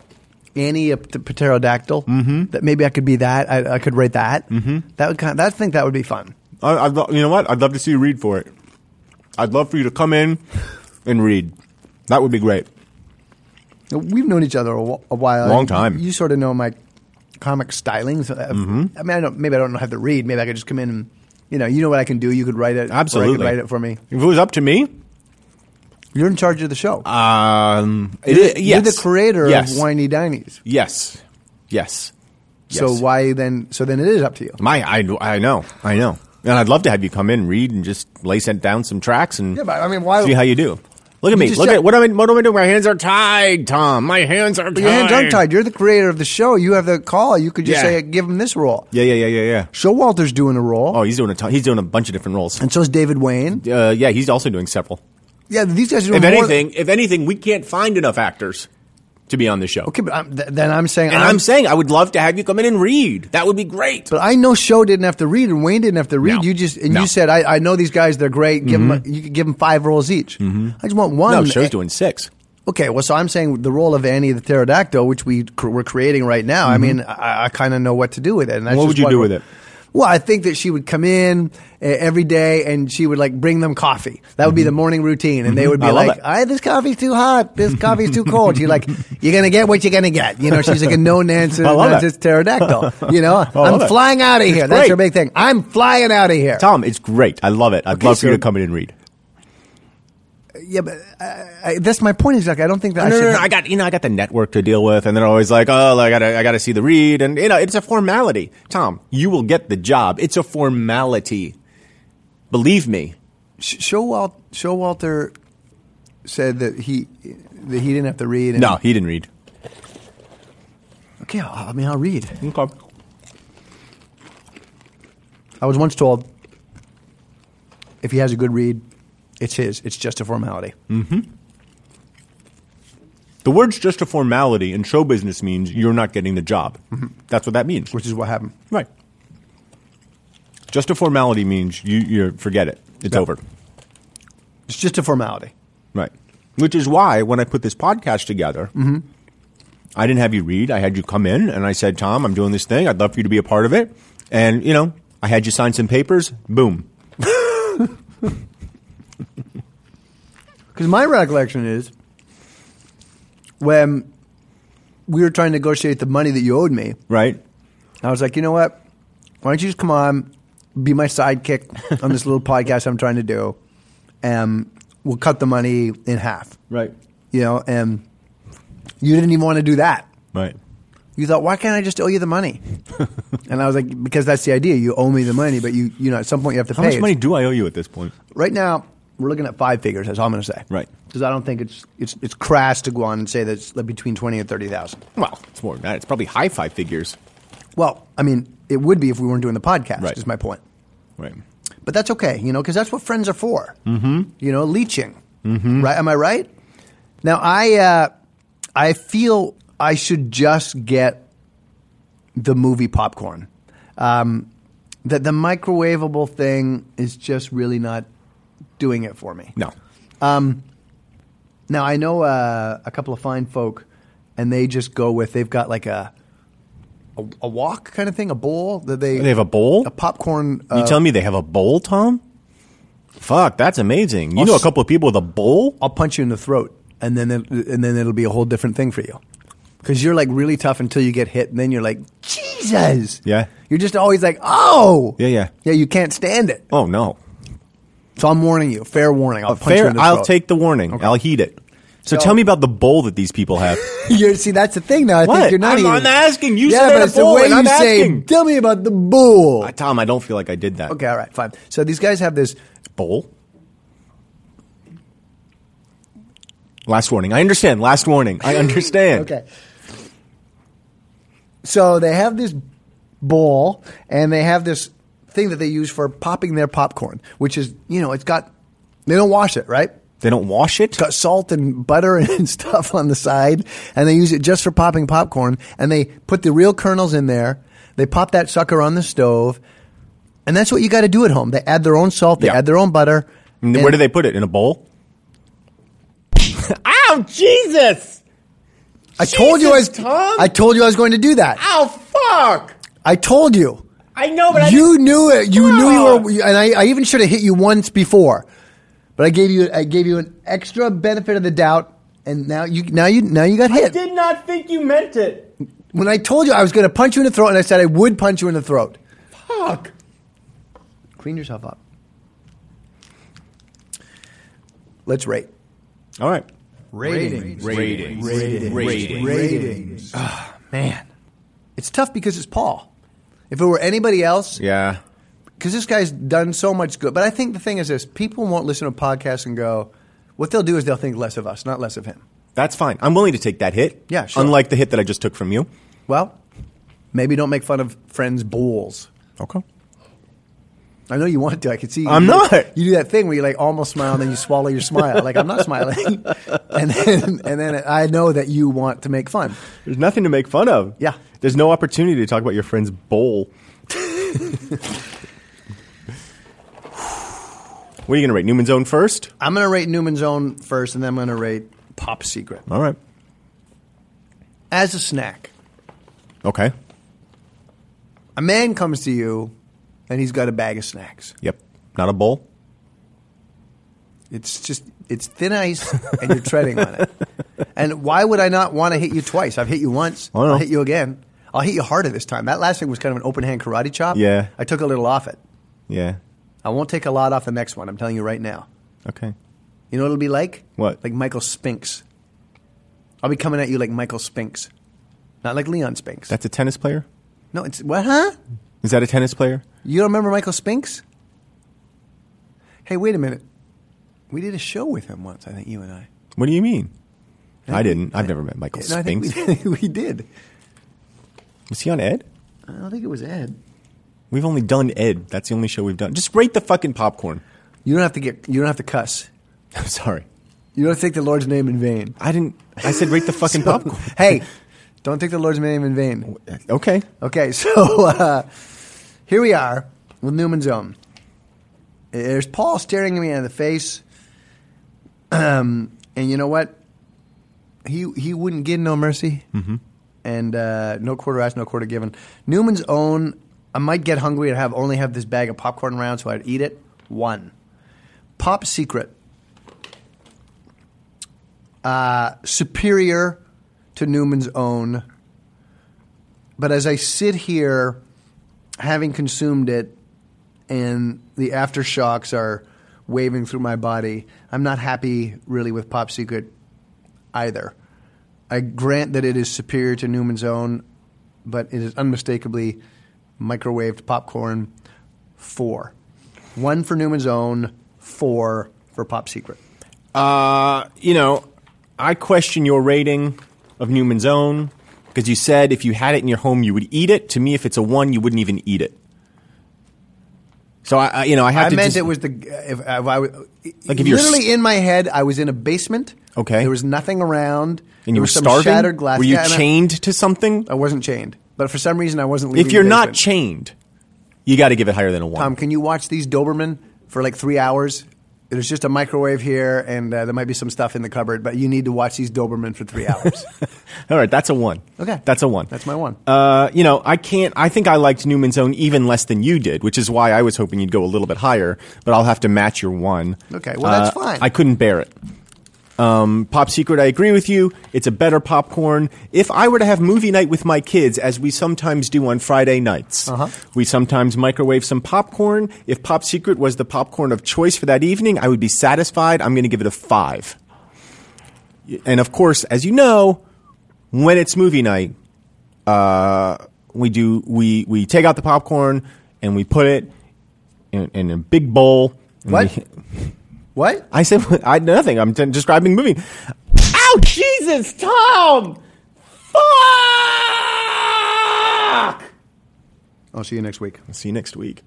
[SPEAKER 1] Annie a p- pterodactyl
[SPEAKER 2] Mm-hmm.
[SPEAKER 1] that maybe I could be that. I, I could rate that. Mm-hmm. That would kind. Of, that I think that would be fun.
[SPEAKER 2] I, I'd lo- you know what? I'd love to see you read for it. I'd love for you to come in and read. That would be great.
[SPEAKER 1] Now, We've known each other a, wh- a while.
[SPEAKER 2] Long time. Mm-hmm.
[SPEAKER 1] You sort of know my comic stylings. So, uh, I mean, I don't. Maybe I don't have to read. Maybe I could just come in and, you know, you know what I can do. You could write it. or I
[SPEAKER 2] Absolutely.
[SPEAKER 1] could write it for me.
[SPEAKER 2] If it was up to me,
[SPEAKER 1] You're in charge of the show.
[SPEAKER 2] um,
[SPEAKER 1] you're,
[SPEAKER 2] Uh, it- yes.
[SPEAKER 1] you're the creator
[SPEAKER 2] yes.
[SPEAKER 1] of Whiny Dinies.
[SPEAKER 2] Yes, yes.
[SPEAKER 1] So
[SPEAKER 2] Yes. Mm-hmm.
[SPEAKER 1] why then? So then it is up to you.
[SPEAKER 2] My, I, I know, I know, and I'd love to have you come in, read, and just lay sent down some tracks and
[SPEAKER 1] Yeah, but I mean, why-
[SPEAKER 2] see how you do. Look at me.
[SPEAKER 1] just
[SPEAKER 2] Look
[SPEAKER 1] said-
[SPEAKER 2] at what am I? What am I doing? My hands are tied, Tom. My hands are tied.
[SPEAKER 1] But your hands aren't tied. You're the creator of the show. You have the call. You could just
[SPEAKER 2] Yeah.
[SPEAKER 1] say, "Give him this role."
[SPEAKER 2] Yeah, yeah, yeah, yeah, yeah.
[SPEAKER 1] Showalter's doing a role,
[SPEAKER 2] Oh, he's doing a ton, he's doing a bunch of different roles.
[SPEAKER 1] and so is David Wayne.
[SPEAKER 2] Uh, yeah, he's also doing several.
[SPEAKER 1] Yeah, these guys are doing
[SPEAKER 2] If
[SPEAKER 1] more than-
[SPEAKER 2] anything, if anything, we can't find enough actors to be on the show.
[SPEAKER 1] okay, but I'm, th- then I'm saying,
[SPEAKER 2] And I'm, saying I would love to have you come in and read. That would be great.
[SPEAKER 1] but I know show didn't have to read, and Wayne didn't have to read.
[SPEAKER 2] No.
[SPEAKER 1] You just and
[SPEAKER 2] No. Mm-hmm.
[SPEAKER 1] you said, I, "I know these guys. They're great. Give 'em a- you could give them five roles each. I just want one."
[SPEAKER 2] no, show's doing six.
[SPEAKER 1] Okay, well, so I'm saying the role of Annie the pterodactyl, which we cr- we're creating right now. I mean, I, I kind of know what to do with it. And that's
[SPEAKER 2] Mm-hmm. What
[SPEAKER 1] just
[SPEAKER 2] would you
[SPEAKER 1] one
[SPEAKER 2] do
[SPEAKER 1] ro-
[SPEAKER 2] with it?
[SPEAKER 1] Well, I think that she would come in uh, every day and she would like bring them coffee. That would be the morning routine, and they would be
[SPEAKER 2] Mm-hmm. I love
[SPEAKER 1] like,
[SPEAKER 2] it.
[SPEAKER 1] "I this coffee's too hot. This coffee's too cold." She's like, "You're gonna get what you're gonna get." You know, she's like a no nonsense
[SPEAKER 2] I love it.
[SPEAKER 1] pterodactyl. You know, I'm
[SPEAKER 2] love it.
[SPEAKER 1] flying out of here. That's
[SPEAKER 2] great.
[SPEAKER 1] her big thing. I'm flying out of here.
[SPEAKER 2] Tom, it's great. I love it. I'd
[SPEAKER 1] Okay,
[SPEAKER 2] love for you
[SPEAKER 1] so-
[SPEAKER 2] to come in and read.
[SPEAKER 1] yeah, but uh, I, I, that's my point. Is like I don't think that I
[SPEAKER 2] no,
[SPEAKER 1] should.
[SPEAKER 2] no, no, I got you know I got the network to deal with, and they're always like, oh, I gotta I gotta see the read, and you know it's a formality. Tom, you will get the job. It's a formality. Believe me.
[SPEAKER 1] Sh- Showalt- Showalter said that he that he didn't have to read. And,
[SPEAKER 2] No, he didn't read.
[SPEAKER 1] Okay, I I mean I'll read.
[SPEAKER 2] Okay.
[SPEAKER 1] I was once told if he has a good read, it's his. It's just a formality.
[SPEAKER 2] The word's just a formality in show business means you're not getting the job. That's what that means.
[SPEAKER 1] which is what happened.
[SPEAKER 2] Mm-hmm. Right. Just a formality means you you forget it. It's
[SPEAKER 1] Yeah.
[SPEAKER 2] over.
[SPEAKER 1] It's just a formality.
[SPEAKER 2] Right. Which is why when I put this podcast together, I didn't have you read. I had you come in and I said, Tom, I'm doing this thing. I'd love for you to be a part of it. And, you know, I had you sign some papers. Boom.
[SPEAKER 1] Because my recollection is when we were trying to negotiate the money that you owed me,
[SPEAKER 2] Right?
[SPEAKER 1] I was like, you know what? Why don't you just come on, be my sidekick on this little podcast I'm trying to do, and we'll cut the money in half.
[SPEAKER 2] Right.
[SPEAKER 1] You know, and you didn't even want to do that.
[SPEAKER 2] Right.
[SPEAKER 1] You thought, why can't I just owe you the money? and I was like, because that's the idea. You owe me the money, but you, you know, at some point you have to
[SPEAKER 2] How
[SPEAKER 1] pay.
[SPEAKER 2] much
[SPEAKER 1] It's-
[SPEAKER 2] money do I owe you at this point?
[SPEAKER 1] Right now, we're looking at five figures. That's all I'm going to say.
[SPEAKER 2] Right.
[SPEAKER 1] Because I don't think it's it's it's crass to go on and say that it's like between twenty and thirty thousand.
[SPEAKER 2] Well, it's more than that. It's probably high five figures.
[SPEAKER 1] Well, I mean, it would be if we weren't doing the podcast.
[SPEAKER 2] Right.
[SPEAKER 1] Is my point.
[SPEAKER 2] Right.
[SPEAKER 1] But that's okay, you know, because that's what friends are for. Mm-hmm. You know, leeching. Mm-hmm. Right? Am I right? Now, I uh, I feel I should just get the movie popcorn. Um, that the microwavable thing is just really not doing it for me.
[SPEAKER 2] No.
[SPEAKER 1] Now I know uh, a couple of fine folk, and they just go with they've got like a a, a wok kind of thing, a bowl that they
[SPEAKER 2] They have a bowl?
[SPEAKER 1] a popcorn.
[SPEAKER 2] You
[SPEAKER 1] Uh,
[SPEAKER 2] tell me they have a bowl, Tom? Fuck, that's amazing. You
[SPEAKER 1] I'll
[SPEAKER 2] know a
[SPEAKER 1] s-
[SPEAKER 2] couple of people with a bowl?
[SPEAKER 1] I'll punch you in the throat, and then it, and then it'll be a whole different thing for you because you're like really tough until you get hit, and then you're like Jesus.
[SPEAKER 2] Yeah.
[SPEAKER 1] you're just always like oh
[SPEAKER 2] Yeah, yeah.
[SPEAKER 1] yeah. You can't stand it,
[SPEAKER 2] Oh no.
[SPEAKER 1] so I'm warning you. Fair warning. I'll punch you
[SPEAKER 2] Fair,
[SPEAKER 1] in the
[SPEAKER 2] I'll
[SPEAKER 1] throat.
[SPEAKER 2] take the warning. I'll heed it. So,
[SPEAKER 1] So-
[SPEAKER 2] tell me about the bowl that these people have.
[SPEAKER 1] You're, see, that's the thing now. I
[SPEAKER 2] What?
[SPEAKER 1] think you're not
[SPEAKER 2] I'm-
[SPEAKER 1] even.
[SPEAKER 2] I'm asking. You
[SPEAKER 1] yeah,
[SPEAKER 2] said
[SPEAKER 1] but
[SPEAKER 2] a
[SPEAKER 1] it's the
[SPEAKER 2] bull,
[SPEAKER 1] way
[SPEAKER 2] and I'm
[SPEAKER 1] you say.
[SPEAKER 2] asking.
[SPEAKER 1] Tell me about the bull.
[SPEAKER 2] Uh, Tom, I don't feel like I did that.
[SPEAKER 1] Okay, all right, fine. So these guys have this.
[SPEAKER 2] Bowl. Last warning. I understand. Last warning. I understand.
[SPEAKER 1] Okay. So they have this bowl and they have this thing that they use for popping their popcorn, which is, you know, it's got, they don't wash it, right?
[SPEAKER 2] They don't wash it.
[SPEAKER 1] Got salt and butter and stuff on the side, and they use it just for popping popcorn. And they put the real kernels in there. They pop that sucker on the stove, and that's what you got to do at home. They add their own salt, they
[SPEAKER 2] Yeah.
[SPEAKER 1] add their own butter.
[SPEAKER 2] And Where do they put it? In a bowl? Ow, Jesus!
[SPEAKER 1] I told you I was.
[SPEAKER 2] Jesus, Tom!
[SPEAKER 1] I told you I was going to do that.
[SPEAKER 2] Ow, fuck!
[SPEAKER 1] I told you.
[SPEAKER 2] I know, but I
[SPEAKER 1] you knew it. You knew you
[SPEAKER 2] Fuck.
[SPEAKER 1] were, and I, I even should have hit you once before, but I gave you I gave you an extra benefit of the doubt, and now you now you now you got hit.
[SPEAKER 2] did not think you meant it.
[SPEAKER 1] When I told you I was going to punch you in the throat, and I said I would punch you in the throat.
[SPEAKER 2] Fuck.
[SPEAKER 1] Clean yourself up. Let's rate.
[SPEAKER 2] All right.
[SPEAKER 1] Ratings.
[SPEAKER 2] Ratings.
[SPEAKER 1] Ratings.
[SPEAKER 2] Ratings.
[SPEAKER 1] Ratings. Ah, man, it's tough because it's Paul. If it were anybody else,
[SPEAKER 2] Yeah.
[SPEAKER 1] because this guy's done so much good. But I think the thing is this: people won't listen to podcasts and go. What they'll do is they'll think less of us, not less of him.
[SPEAKER 2] That's fine. I'm willing to take that hit.
[SPEAKER 1] Yeah, sure.
[SPEAKER 2] Unlike the hit that I just took from you.
[SPEAKER 1] Well, maybe don't make fun of friends' bulls.
[SPEAKER 2] Okay.
[SPEAKER 1] I know you want to. I can see. You,
[SPEAKER 2] I'm
[SPEAKER 1] you-
[SPEAKER 2] not.
[SPEAKER 1] You do that thing where you like almost smile and then you swallow your smile. Like I'm not smiling, and then and then I know that you want to make fun.
[SPEAKER 2] There's nothing to make fun of.
[SPEAKER 1] Yeah.
[SPEAKER 2] There's no opportunity to talk about your friend's bowl. what are you going to rate? Newman's Own first?
[SPEAKER 1] I'm going to rate Newman's Own first, and then I'm going to rate Pop Secret
[SPEAKER 2] All right.
[SPEAKER 1] as a snack.
[SPEAKER 2] Okay.
[SPEAKER 1] A man comes to you, and he's got a bag of snacks.
[SPEAKER 2] Yep. Not a bowl?
[SPEAKER 1] It's just it's thin ice, and you're treading on it. And why would I not want to hit you twice? I've hit you once.
[SPEAKER 2] I know.
[SPEAKER 1] I'll hit you again. I'll hit you harder this time. That last thing was kind of an open hand karate chop.
[SPEAKER 2] Yeah.
[SPEAKER 1] I took a little off it.
[SPEAKER 2] Yeah.
[SPEAKER 1] I won't take a lot off the next one. I'm telling you right now.
[SPEAKER 2] Okay.
[SPEAKER 1] You You know what it'll be like?
[SPEAKER 2] What?
[SPEAKER 1] Like Michael Spinks. I'll be coming at you like Michael Spinks, not like Leon Spinks.
[SPEAKER 2] That's a tennis player?
[SPEAKER 1] no, it's what? Huh?
[SPEAKER 2] Is that a tennis player?
[SPEAKER 1] You don't remember Michael Spinks? Hey, wait a minute. We did a show with him once. I think you and I.
[SPEAKER 2] What do you mean? I, didn't. I've never met Michael
[SPEAKER 1] No, I think
[SPEAKER 2] Spinks.
[SPEAKER 1] we, we did.
[SPEAKER 2] Was he on Ed?
[SPEAKER 1] I don't think it was Ed.
[SPEAKER 2] We've only done Ed. That's the only show we've done. Just rate the fucking popcorn.
[SPEAKER 1] You don't have to get. You don't have to cuss.
[SPEAKER 2] I'm sorry.
[SPEAKER 1] You don't take the Lord's name in vain.
[SPEAKER 2] I didn't. I said rate the fucking popcorn.
[SPEAKER 1] hey, don't take the Lord's name in vain.
[SPEAKER 2] Okay.
[SPEAKER 1] Okay, so uh, here we are with Newman's Own. There's Paul staring me in the face, um, and you know what? He he wouldn't get no mercy, mm-hmm. and uh, no quarter asked, no quarter given. Newman's Own. I might get hungry and have only have this bag of popcorn around, so I'd eat it. One, Pop Secret, uh, superior to Newman's Own but as I sit here, having consumed it, and the aftershocks are waving through my body, I'm not happy really with Pop Secret either. I grant that it is superior to Newman's Own, but it is unmistakably microwaved popcorn. Four, one for Newman's Own, four for Pop Secret.
[SPEAKER 2] Uh, you know, I question your rating of Newman's Own because you said if you had it in your home, you would eat it. To me, if it's a one, you wouldn't even eat it. So I, I you know, I have
[SPEAKER 1] I
[SPEAKER 2] to.
[SPEAKER 1] meant
[SPEAKER 2] just-
[SPEAKER 1] it was the if, if I was
[SPEAKER 2] Like
[SPEAKER 1] like
[SPEAKER 2] if you're
[SPEAKER 1] literally in my head I was in a basement.
[SPEAKER 2] Okay.
[SPEAKER 1] there was nothing around,
[SPEAKER 2] And
[SPEAKER 1] There
[SPEAKER 2] you were
[SPEAKER 1] was some
[SPEAKER 2] starving.
[SPEAKER 1] Shattered glass.
[SPEAKER 2] Were you
[SPEAKER 1] Yeah, and I-
[SPEAKER 2] chained to something?
[SPEAKER 1] I, wasn't chained, but for some reason I wasn't. Leaving
[SPEAKER 2] If you're
[SPEAKER 1] the
[SPEAKER 2] not
[SPEAKER 1] basement.
[SPEAKER 2] chained, you got to give it higher than a one.
[SPEAKER 1] um, can you watch these Doberman for like three hours? There's just a microwave here, and uh, there might be some stuff in the cupboard, but you need to watch these Doberman for three hours.
[SPEAKER 2] All right, that's a one.
[SPEAKER 1] Okay.
[SPEAKER 2] that's a one.
[SPEAKER 1] That's my one.
[SPEAKER 2] Uh, you know, I can't. I think I liked Newman's Own even less than you did, which is why I was hoping you'd go a little bit higher. But I'll have to match your one.
[SPEAKER 1] Okay, well, that's
[SPEAKER 2] Uh,
[SPEAKER 1] fine.
[SPEAKER 2] I couldn't bear it. Um, Pop Secret, I agree with you. It's a better popcorn. If I were to have movie night with my kids, as we sometimes do on Friday nights,
[SPEAKER 1] Uh-huh.
[SPEAKER 2] we sometimes microwave some popcorn. If Pop Secret was the popcorn of choice for that evening, I would be satisfied. I'm going to give it a five. And of course, as you know, when it's movie night, uh, we do we we take out the popcorn and we put it in, in a big bowl. and
[SPEAKER 1] What?
[SPEAKER 2] we-
[SPEAKER 1] what?
[SPEAKER 2] I said I nothing. I'm t- describing the movie. Ow, Jesus, Tom! Fuck!
[SPEAKER 1] I'll see you next week.
[SPEAKER 2] See you next week.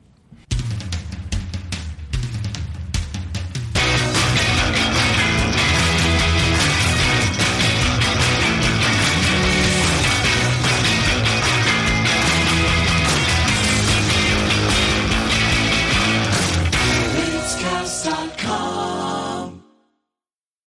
[SPEAKER 3] Newscast.com.